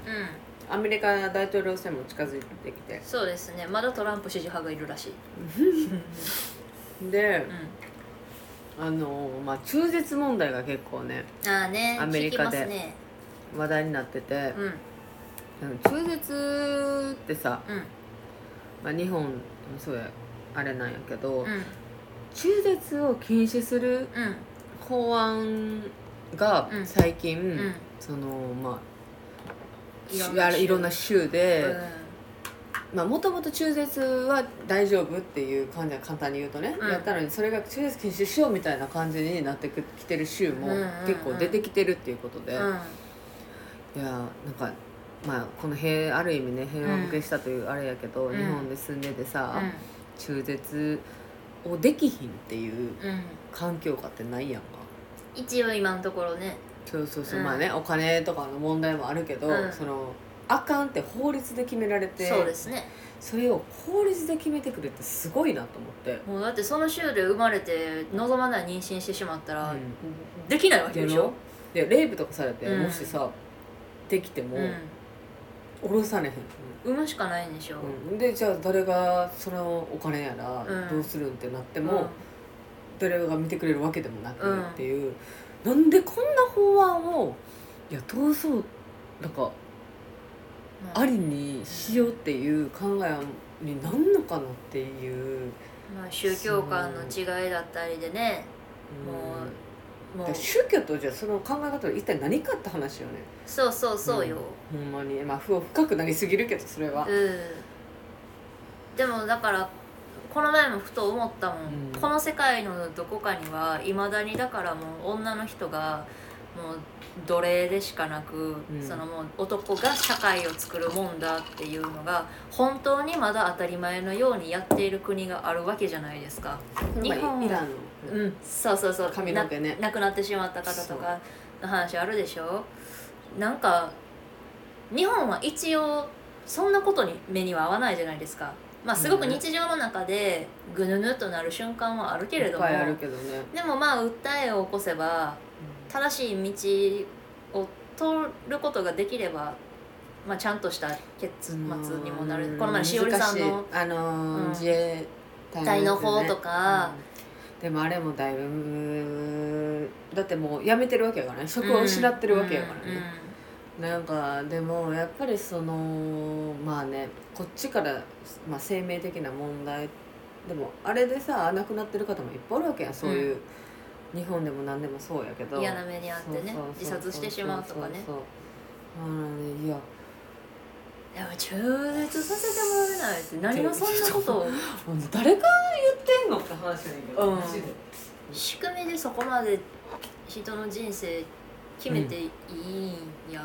アメリカ大統領選も近づいてきて
そうですねまだトランプ支持派がいるらしい、
で
うん、
あのまあ中絶問題が結構ね
ああね
アメリカで
聞きますね
話題になってて
うん、
中絶ってさ、
うん
まあ、日本もそうやあれなんやけ
う
ど、
ん
中絶を禁止する
うん
法案が
うん
最近、
うん
そのまあ
いろん
し
な
あれいろんな州で、
うん
まあもともと中絶は大丈夫っていう感じは簡単に言うとね、
うん
やったのにそれが中絶禁止しようみたいな感じになってきてる州も
うんうんうん
結構出てきてるっていうことで、
うん
いやなんか、まあ、この平ある意味ね平和向けしたというあれやけど、
うん
日本で住んでてさ、
うん
中絶をできひんっていう
うん
環境下ってないやんか。
一応今のところね
そうそうそう、
うん
まあねお金とかの問題もあるけど、
うん
そのあかんって法律で決められて
そうですね
それを法律で決めてくれってすごいなと思って
もうだってその州で生まれて望まない妊娠してしまったら、
うん
できないわけ
で
でし
の
ょ、
でレイプとかされて、
うん
もしさできても、
うん、
下ろされへん、
産むしかないんでしょ、
うんでじゃあ誰がそのお金やら
うん
どうするんってなって
で
も、誰が見てくれるわけでもな
うん
くっていう、なんでこんな法案をいや通そうなんかありにしようっていう考えはになんのかなっていう、
まあ、宗教観の違いだったりでねも
うん
も
だ
う
から宗教とじゃあその考え方は一体何かって話よね
そうそうそうよ、
ほんまにまあ不深くなりすぎるけどそれは、
うん、でもだからこの前もふと思ったもん、
うん
この世界のどこかにはいまだにだからもう女の人がもう奴隷でしかなく、
うん
そのもう男が社会を作るもんだっていうのが本当にまだ当たり前のようにやっている国があるわけじゃないですか。
この前
日本は
イランの、
うん、そうそうそう
髪の毛ね
な亡くなってしまった方とかの話あるでしょなんか日本は一応そんなことに目には合わないじゃないですかまあすごく日常の中でぐぬぬとなる瞬間はあるけれども
いっぱいあるけどね、
でもまあ訴えを起こせば正しい道を通ることができれば、まあ、ちゃんとした結末にもなる、
うん
この前しおりさんの
難しいあのー
うん
自衛隊
隊の
やつね
方とか、
うんでもあれもだいぶだってもう辞めてるわけやからね職を失ってるわけやからね、なんかでもやっぱりそのまあねこっちから、まあ、生命的な問題でもあれでさ亡くなってる方もいっぱいおるわけやんそういう、日本でも何でもそうやけ
うん
ど
嫌な目にあってね
そうそうそう
自殺してしまうとかね
そうそうそうあーねいや
でも中絶させてもらえないって何がそんなことを
もう誰が言ってんのって話やねんけど、
うん
マジで
仕組みでそこまで人の人生決めていいんや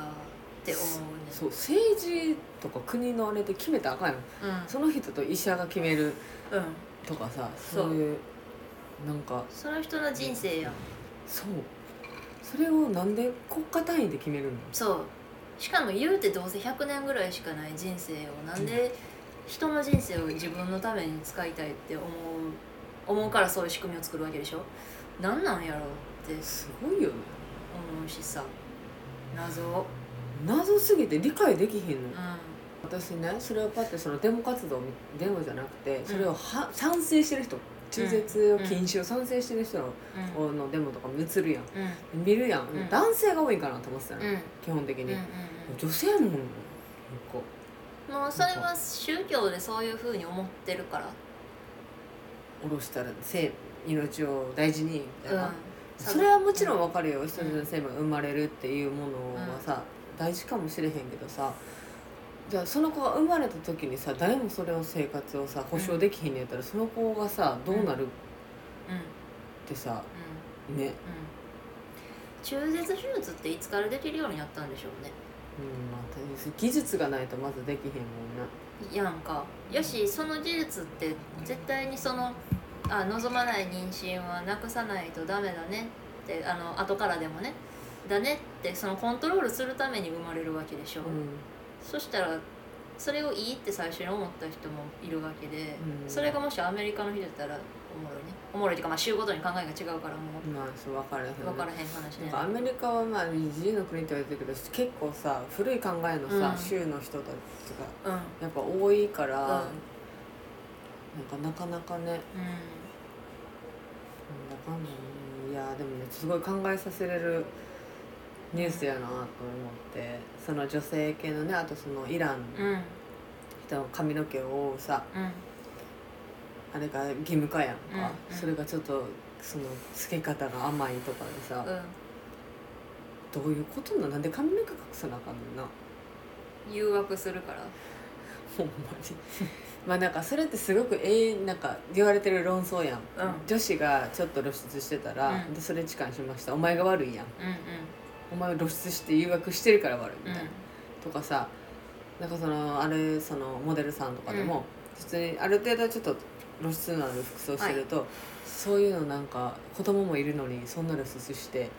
って思うね、
そう政治とか国のあれで決めたらあかんよ
うん
その人と医者が決める
うん
とかさ
そう
そういうなんか
その人の人生やん
そうそれをなんで国家単位で決めるの
そうしかも言うてどうせ100年ぐらいしかない人生をなんで人の人生を自分のために使いたいって思う思うからそういう仕組みを作るわけでしょなんなんやろうって
すごいよね
思うしさ謎うん
謎すぎて理解できひんの私ねそれをパッてそのデモ活動デモじゃなくてそれをは、賛成してる人中絶を禁止を賛成してる人の,、
うん
のデモとかも映るやん
うん
見るやん、
ん
男性が多いんかなと思ってたの、
うん
基本的に、
うんうん
女性やもんなんか
うん、もうそれは宗教でそういうふうに思ってるから、
下ろしたら生命を大事にみたいな、
うん
それはもちろんわかるよ一つの生命が生まれるっていうものはさ、大事かもしれへんけどさじゃあその子が生まれた時にさ誰もそれを生活をさ保障できひんのやったらその子がさどう
うんう
なるっ
ん
てさね、
うん中絶手術っていつからできるようになったんでしょうね
うんまあ、技術がないとまずできへんもんな。
やんかやしその技術って絶対にそのあ望まない妊娠はなくさないとダメだねってあの後からでもねだねってそのコントロールするために生まれるわけでしょ、
う
そしたらそれをいいって最初に思った人もいるわけで、
うん
それがもしアメリカの人だったらおもろいねおもろいっていうか、まあ、週ごとに考えが違うからも
ん、まあそう分からへん
う分からへん話
なん
ね
かアメリカはまあ自由の国って言われてるけど結構さ古い考えの
う
さ、
ん
州の人たち
う
が
んうん
やっぱ多いから、なんかなかなかねなんだかんだねいやーでもねすごい考えさせれるニュースやなと思ってその女性系のねあとそのイラン
うんうん
人の髪の毛を覆うさあれが義務化やんか、
うん
それがちょっとその付け方が甘いとかでさ、
う
どういうことなんなんで髪の毛隠さなあかんねんなん
誘惑するから
ほんま にまあなんかそれってすごくええなんか言われてる論争やん、
うん
女子がちょっと露出してたら、
うん
でそれ痴漢しましたお前が悪いやん
うんうん
お前露出して誘惑してるから悪いみ
う
た
ん
いな、とかさなんかそのあれそのモデルさんとかでも、普通にある程度ちょっと露出のある服装してると、そういうのなんか子供もいるのにそんな露出して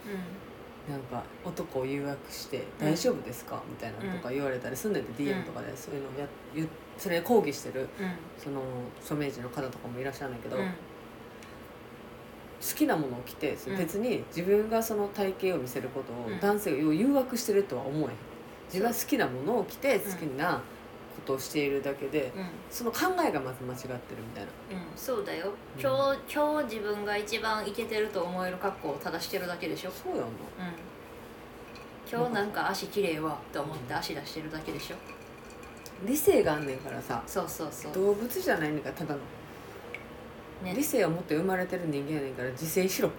なんか男を誘惑して「大丈夫ですか?」みたいなのとか言われたりすんでて、
うん
DM とかでそういうのや言それに抗議してる
うん
その著名人の方とかもいらっしゃるんだけど、
うん
好きなものを着てその別に自分がその体型を見せること
う
を
ん
男性を誘惑してるとは思えへん自分が好きなものを着て好きなことをしているだけで
うん
その考えがまず間違ってるみたいな
うんそうだよ今日今日自分が一番イケてると思える格好を正してるだけでしょ
そうやんな
うん今日なんか足綺麗わって思って足出してるだけでしょ
理性があんねんからさ
そうそうそう
動物じゃないねんからただの、
ね
理性を持って生まれてる人間やねんから自制しろ、
っ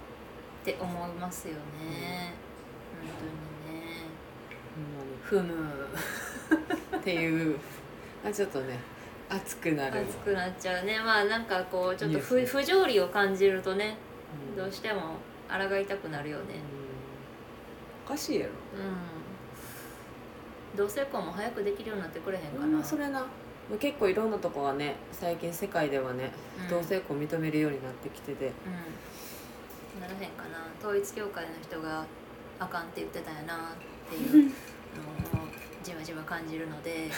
て思いますよね、
ほ
本当
ん
にね
まにっていう あちょっとね熱くな
ふむ
る
熱くなっちゃうねまあなんかこうちょっと
いい
不
です
不条理を感じるとね
うん
どうしても抗いたくなるよね
うんおかしいやろ
うん同性婚も早くできるようになってくれへんか
ほ
な、
んまそれな結構いろんなとこがね最近世界ではね、
うん
同性婚認めるようになってきてて
うんならへんかな統一教会の人があかんって言ってたんやなっていうのをじわじわ感じるの でうん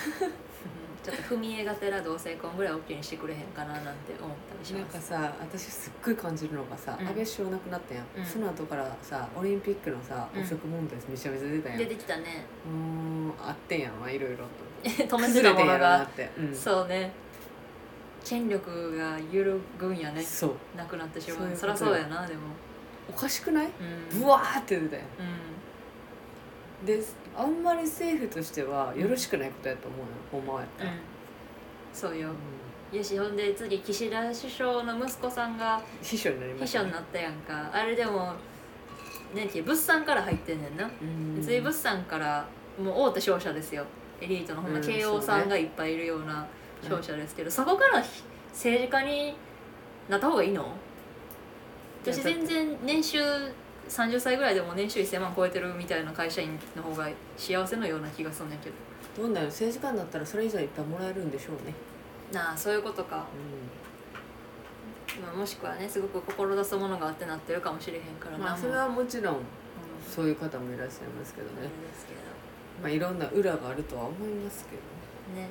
ちょっと踏み絵がてら同性婚ぐらい OK にしてくれへんかななんて思ったりし
なん
ま
か
す
さ私すっごい感じるのがさ、
うん
安倍首相亡くなったやん、
うん
その後からさオリンピックのさ
うん
汚職問題めちゃめちゃ出たやん、
出てきた ね
うーんあってんやんいろいろと
止めてたも
んや
の
ろな
が
って、うん、そう
そうね権力が揺るぐんやねなくなってしまうそ
そ
りゃ
ういうこと
そうやなでも
おかしくない
うん
ブワーって出たやん
う
であんまり政府としてはよろしくないことやと思うよほんまはやった
んう
ら、
んそうよ
うん
よしほんで次岸田首相の息子さんが
秘書になり
秘
まし
書
た
になったやんかあれでも何て物産から入ってんねんな
うん
三井物産からもう大手商社ですよエリートのほんま
うん
慶
そう
応
ね
さんがいっぱいいるような商社ですけど、そこからひ政治家になった方がいいの
や
私全然年収30歳ぐらいでも年収1000万超えてるみたいな会社員の方が幸せのような気がするんだけど
どうなの政治家になったらそれ以上いっぱいもらえるんでしょうね、
なあそういうことか、まあ、もしくはねすごく志すものがあってなってるかもしれへんからな、
まあそれ
もう
はもちろん
うん
そういう方もいらっしゃいますけど
あれ
ね、
ですけど
まあ、いろんな裏があるとは思いますけどね、
ね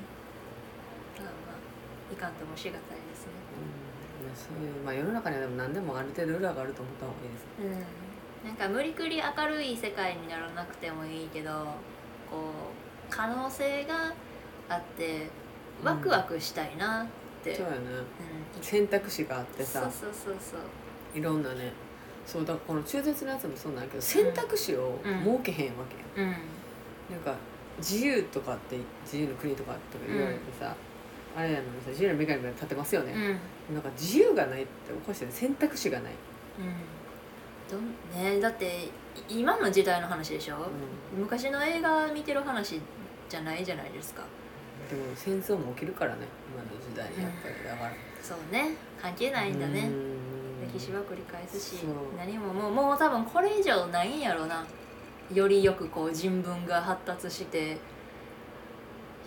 まあまあいかんともしがたいですね
うんまあ、そういう、まあ、世の中にはでも何でもある程度裏があると思った方がいいです
うんなんか無理くり明るい世界にならなくてもいいけどこう可能性があってワクワクしたいなって、うん
そうやね
い
選択肢があって
そう
さ
そうそうそう
いろんなねそうだからこの中絶のやつもそうなんやけど選択肢を設けへんわけ
う
や、
ん
ん、なんか自由とかって自由の国とかとか言われてさ、あれやのにさ自由の女神が立てますよ
うん、
ね、
うん
なんか自由がないっておかしいよね選択肢がない、
どんねだってい今の時代の話でしょ、昔の映画見てる話じゃないじゃないですか
でも戦争も起きるからね今の時代にやっぱりだから、
そうね関係ないんだね、
うん
歴史は繰り返すし
そう
何ももうもう多分これ以上ないんやろなよりよくこう人文が発達して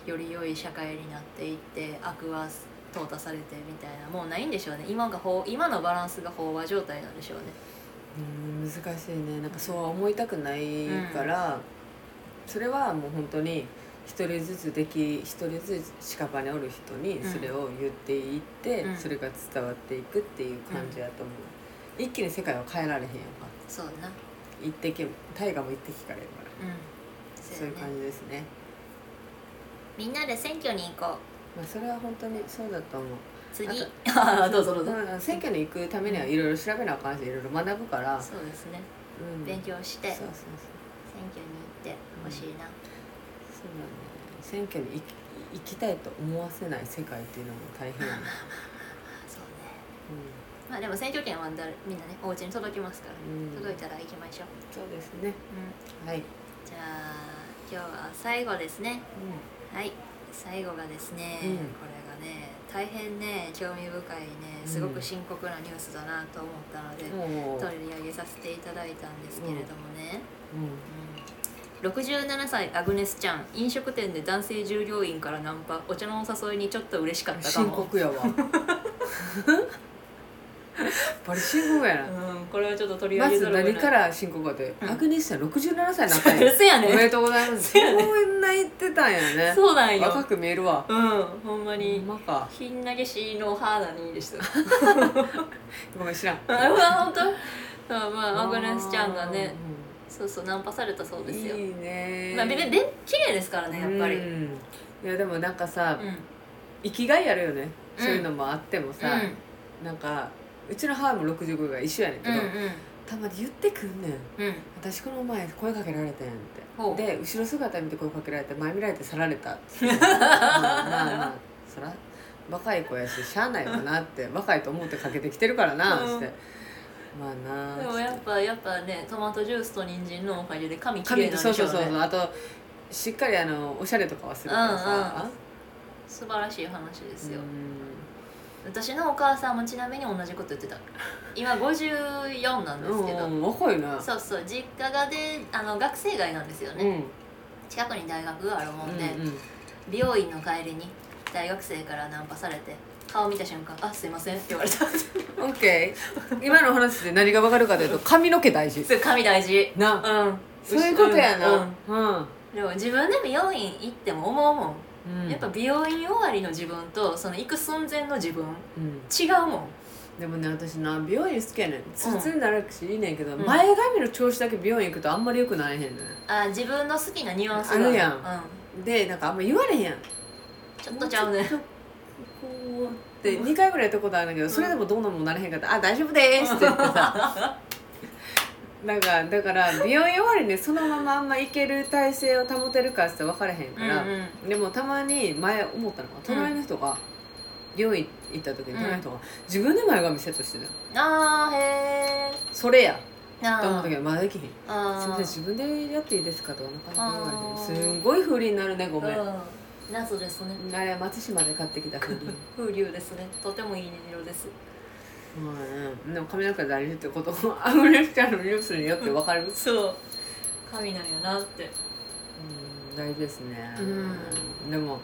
より良い社会になっていって悪は淘汰されてみたいなもうないんでしょうね今が飽今のバランスが飽和状態なんでしょうね
うん難しいねなんかそうは思いたくないから、それはもう本当に一人ずつでき一人ずつ近場におる人にそれを言っていって、
うん
それが伝わっていくっていう感じやと思う、一気に世界は変えられへんやんか
そうな
一滴大河も一滴からやから
うん
そういう
やね
感じですね
みんなで選挙に行こう
まあそれは本当にそうだと思う
次
あと
あー どうぞどうぞ
ん選挙に行くためにはいろいろ調べなあかんしいろいろ学ぶから、
そうですね
うん
勉強して
そ
選
うそうそう
挙に行ってほしいな
そうだね選挙に行き行きたいと思わせない世界っていうのも大変やね、
そうねまあでも選挙権はだみんなねお家に届きますから
うんうん
届いたら行きましょう、
そうですねはい、うん、
じゃあ今日は最後ですねはい最後がですね、
うん
これがね大変ね興味深いねすごく深刻なニュースだなと思ったので、
もう、
取り上げさせていただいたんですけれどもね、
うん、
うん67歳アグネスちゃん飲食店で男性従業員からナンパお茶のお誘いにちょっと嬉しかったか
深
も、
刻 やわバリ深刻やな、
うん、これはちょっと取り
ま
上げ
ず
ざるを
何
得
か
ない
ら深刻かって、
うん
アグネスさん67歳になったん や
嘘や
おめ
ね
でとうございます
そ
そう
やね
んな言ってたんやね
そうなんよ
若く見えるわ
うんほんま
ほ
に、
んまか
ひんなげしの花にでした
ごめん知らん
あうわ本当。あまあアグネスちゃんがね、そうそうナンパされたそう
うん
ですよ。
いいね
まあべべべ綺麗ですからねやっぱり。う。
うんんいやでもなんかさ、
うん。
生きがいあるよね、
うん
そういうのもあってもさ、なんかうちの母も65が一緒やねんけ
うん
ど、
うん。
たまに言ってくんねん
うん
私この前声かけられてんって
ほう
で後ろ姿見て声かけられて前見られて去られ たってまあまあまあそら若い子やししゃあないよ なって若いと思ってかけてきてるからなって、
うん
まあな
でもやっぱやっぱねトマトジュースと人参のおかげで髪綺麗
髪
なん
そう
でしょ
そう
う
そうそう
ね
あとしっかりあのおしゃれとかはするからさ、
素晴らしい話ですよ、
う
私のお母さんもちなみに同じこと言ってた今54なんですけど、
んうん若いな
そうそう実家がであの学生街なんですよね、
うん
近くに大学があるもんで、
うんうん
美容院の帰りに大学生からナンパされて顔見た瞬間「あすいません」って言われた
オッケー今のお話で何がわかるかというと髪の毛大事
そう髪大事
な
うん
そういうことやな
うん
うん、
うんでも自分で美容院行っても思うもん、
うん
やっぱ美容院終わりの自分とその行く寸前の自分
うん
違うもん
でもね私な美容院好きやねんツルツルになるしいいねんけど、
うん
前髪の調子だけ美容院行くとあんまり良くないへんね
あ自分の好きなニュアンスが
あるやん
うん
でなんかあんま言われへんやんっ
ん、ちょっとちゃうね
こうって2回ぐらいやったことあるんだけど、それでもどうなもなれへんかった「あ大丈夫です」って言ってさ なんかだから美容院終わりねそのままあんま行ける体勢を保てるかって分からへん
う
か
んう
ら、
ん
でもたまに前思ったのが隣の人が、美容院行った時に隣の人が、自分で前髪セットしてたよ
あーへー
それや
あ
と思ったけ
ー
どまだできへんすみま
あ
せん自分でやっていいですかとはなかなか
あー
言われてすんごい風鈴になるねご
ご
めん、
うん、謎ですね
あれ松島で買ってきた風鈴ま
風流ですねとてもいい音色です
あねでも髪の毛大事ってことをアグレッシャーのニュースによってわかる、うん、
そう神なんやなって
大事ですね、
う
でも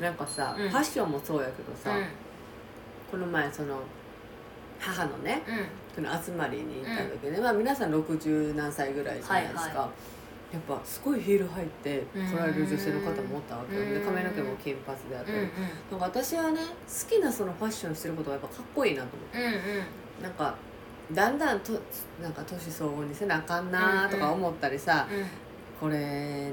なんかさ、
うん
ファッションもそうやけど
う
さ、
ん
この前その母のね
うん
その集まりに行った時ね、まあ皆さん60何歳ぐらいじゃないですか、
はいはい
やっぱすごいヒール入って来られる女性の方もおったわけよ
う
で
ん
髪の毛も金髪であったり、
う
なんか私はね好きなそのファッションしてることがやっぱかっこいいなと思っ
んうん
てなんかだんだんとなんか年相応にせなあかんなとか思ったりさ、これ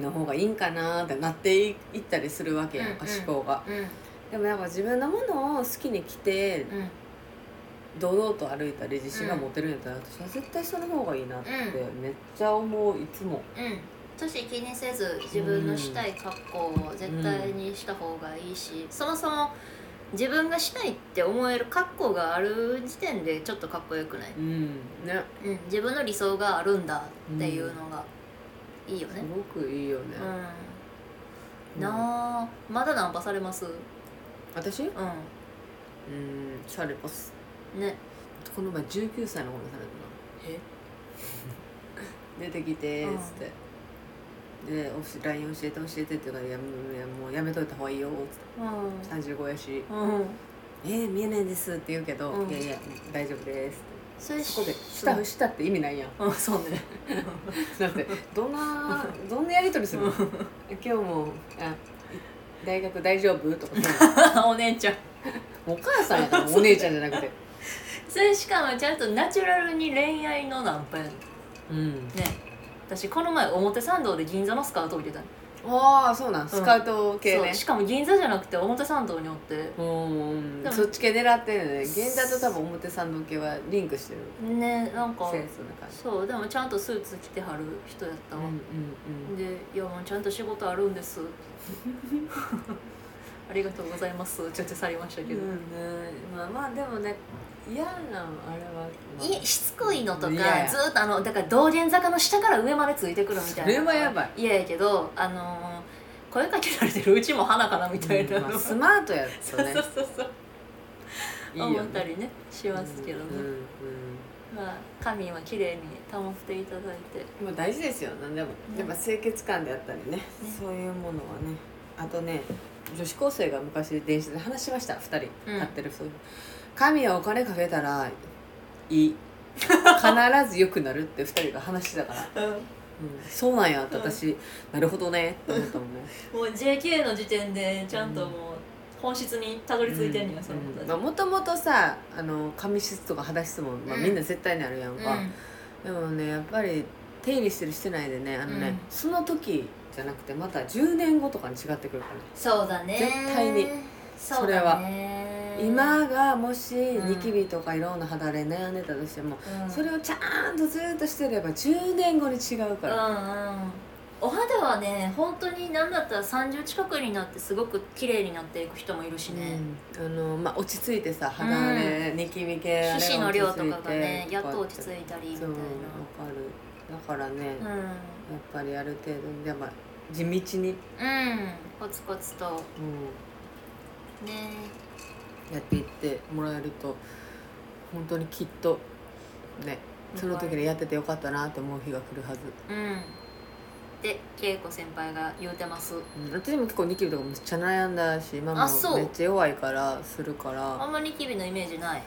の方がいいんかなってなっていいったりするわけやん
う
か、
んうん
思考が
うん
でもやっぱ自分のものを好きに着て
うん
堂々と歩いたり自信が持てるんやったら、私は絶対その方がいいなってめっちゃ思ういつも
うん年気にせず自分のしたい格好を絶対にした方がいいし、そもそも自分がしたいって思える格好がある時点でちょっとかっこよくない、
うんね
うん、自分の理想があるんだっていうのがいいよ
す
ね
ごくいいよね
うん、、なあまだナンパされます
私うん
う
されます
んね
この前19歳の子にされたな
え
出てきてーっつって、でおし LINE 教えて教えてって言うからいやもういやもうやめといた方がいいよっつ
う
って35やし
んうん
「えー、見えないです」って言うけど「
うん
いやいや大丈夫です」っ
それ
てそこで「した
う」ん
したって意味ないやん
うんそうね
だってどんなどんなやり取りするの
う
今日もあ「大学大丈夫?」とかさ
お姉ちゃん
お母さんやからお姉ちゃんじゃなくて
それしかもちゃんとナチュラルに恋愛のナンパやね
うん
私この前表参道で銀座のスカウトを入れたの
ああそうなんスカウト系
そ
ね
うしかも銀座じゃなくて表参道におって
うん
でも
そっち系狙ってるよね現代と多分表参道系はリンクしてる
ねなんか
センスな感じ
そうでもちゃんとスーツ着てはる人やったわ、で「いやもうちゃんと仕事あるんです」 ありがとうございます」ちょっと去りましたけど、
ねまあまあでもね嫌なあれは、
いしつこいのとか
いやいや
ずーっとあのだから道玄坂の下から上までついてくるみたいな
それはやばい
嫌やけどあのー声かけられてるうちも花かなみたいな、
まあ
の
スマートや
そ
と
う
ね
そうそうそう
いいよね
思ったりねしますけどね、
うんうん
まあ髪は綺麗に保っていただいて
うんまあ大事ですよ何でも、
うん
やっぱ清潔感であったりねそういうものはねあとね女子高生が昔電車で話しました2人
うん
買ってる人、神はお金かけたらいい必ず良くなるって2人が話してたからうんそうなんやって私、なるほどねって思っ たもんね
もう JK の時点でちゃんともう本質にたどり着いてんねや、その
う
子た
んまあ
ち
もともとさあの髪質とか肌質も、まあ、
うん
みんな絶対にあるやんか、
うん
でもねやっぱり手入れしてるしてないでねあのね、
うん
その時じゃなくてまた10年後とかに違ってくるから
そうだね
絶対に
そう
それ
だ
は
ね
今がもしニキビとかいろんな肌で悩んでたとしても、
うん
それをちゃんとずっとしてれば10年後に違うか
うん
ら、
うんお肌はね本当に何だったら30近くになってすごく綺麗になっていく人もいるしね、
うんあのまあ、落ち着いてさ肌荒れ、ニキビ系あれが落ち
皮
着
脂
いて
の量とかがね
とか
やっと落ち着いたりみた
そ
いうな
わかるだからね、
う
やっ
ん、
ぱりある程度でも地道に、うん、
うん、コツコツとね
やっていってもらえると本当にきっとねその時にやっててよかったなって思う日が来るはず、
うんで恵子先輩が言うてます
うん、私も結構ニキビとかめっちゃ悩んだしママ
あそう
めっちゃ弱いからするから
あんまニキビのイメージない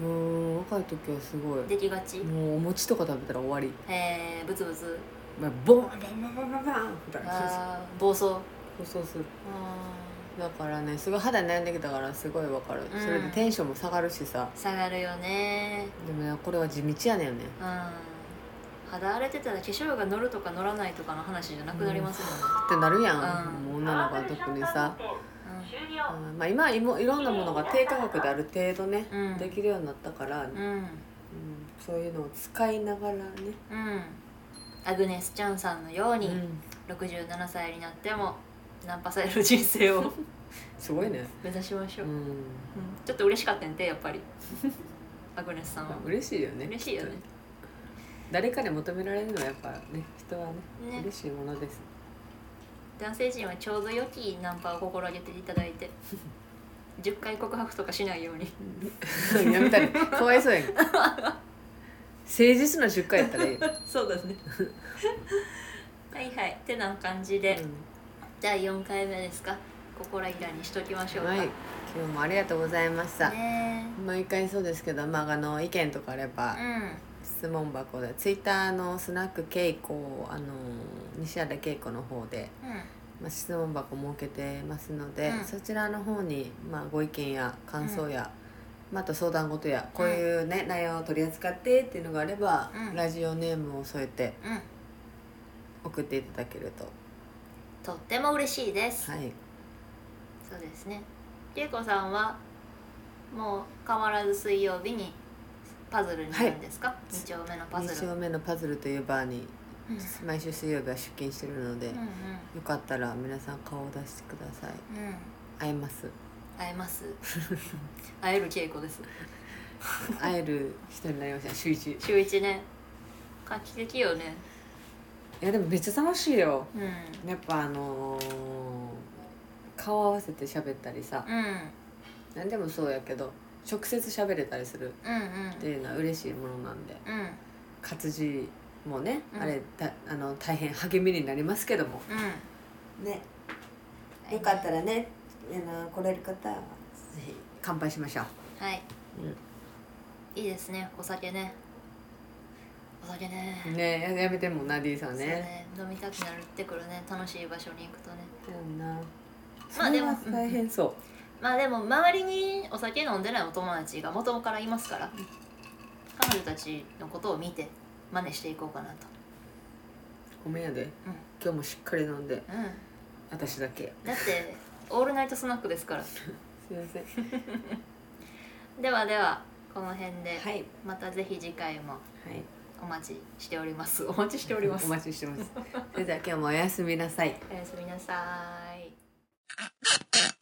う
ーん若い時はすごい
できがち
もうお餅とか食べたら終わり、
えー、ブツブツ
まあ、ボンバンバンバンバンバンみたいな
あー暴走
そうする
うん
だからねすごい肌悩んできたからすごいわかる、
うん
それでテンションも下がるしさ
下がるよね
でもねこれは地道やねんね
うん肌荒れてたら化粧が乗るとか乗らないとかの話じゃなくなりますもんね、
ってなるやん、
うん
もう女の子は特にさ、
うん
うんまあ、今はいもいろんなものが低価格である程度ね、
うん
できるようになったから、うん
うん
そういうのを使いながらね、
うんアグネス・チャンさんのよう
う
に、
ん、
67歳になってもナンパされる人生 を
すごいね、
目指しましょ
う
う、
ん、
うんちょっと嬉しかったんでやっ ぱりアグネスさんは
嬉しいよね
嬉しいよね
誰かに求められるのはやっぱね人はね
ね
嬉しいものです
男性陣はちょうど良きナンパを心がけていただいて10回告白とかしないよう に
やめたりかわいそうやん誠実な10回やったらいいよ、
そう ですねはいはいってな感じで、第4回目ですか心イラにしときましょ
う
うんか、
はい今日もありがとうございました、
ね
毎回そうですけど、まあ、あの意見とかあれば、
えうん
質問箱でツイッターのスナック恵子あの西原恵子の方で、
うん
まあ、質問箱設けてますので、
うん
そちらの方に、まあ、ご意見や感想や、まあ、あと相談事やこういう、ね内容を取り扱ってっていうのがあれば、
うん
ラジオネームを添えて
うん
送っていただけると、
とっても嬉しいです、
はい、
そうですね。りえこさんはもう変わらず水曜日にパズルになるんですか？二、丁目のパ
2
ズル。
週目のパズルというバーに
うん
毎週水曜日は出勤してるので、
うん
よかったら皆さん顔を出してください
うんうん。
会えます
会えます。会える恵子です。
会える人になりました週一い
週一ね。画期的よね。
やでもめっちゃ楽しいよ
うん。
やっぱあのー顔合わせて喋ったりさ
うん
何でもそうやけど直接喋れたりする
うん
っていうのは嬉しいものなんで
うんうん
活字もね、
うん
あれだあの大変励みになりますけども
う
ね
ん。
たらねあの来れる方はぜひ乾杯しましょう
はい。
うん
いいですね。お酒ね。お酒ね。
ねややめてもんな D さん
そう
ね
ね飲みたくなるってくるね楽しい場所に行くとね
だよな
まあでも
それは大変そう、
まあでも周りにお酒飲んでないお友達が元からいますから彼女たちのことを見て真似していこうかなと
ごめんやで、今日もしっかり飲んで
うん
私だけ
だってオールナイトスナックですから
すいません
ではではこの辺で、
はい
またぜひ次回も
はい
お待ちしておりますお待ちしております
お待ちしてますそれでは今日もおやすみなさい
おやすみなさい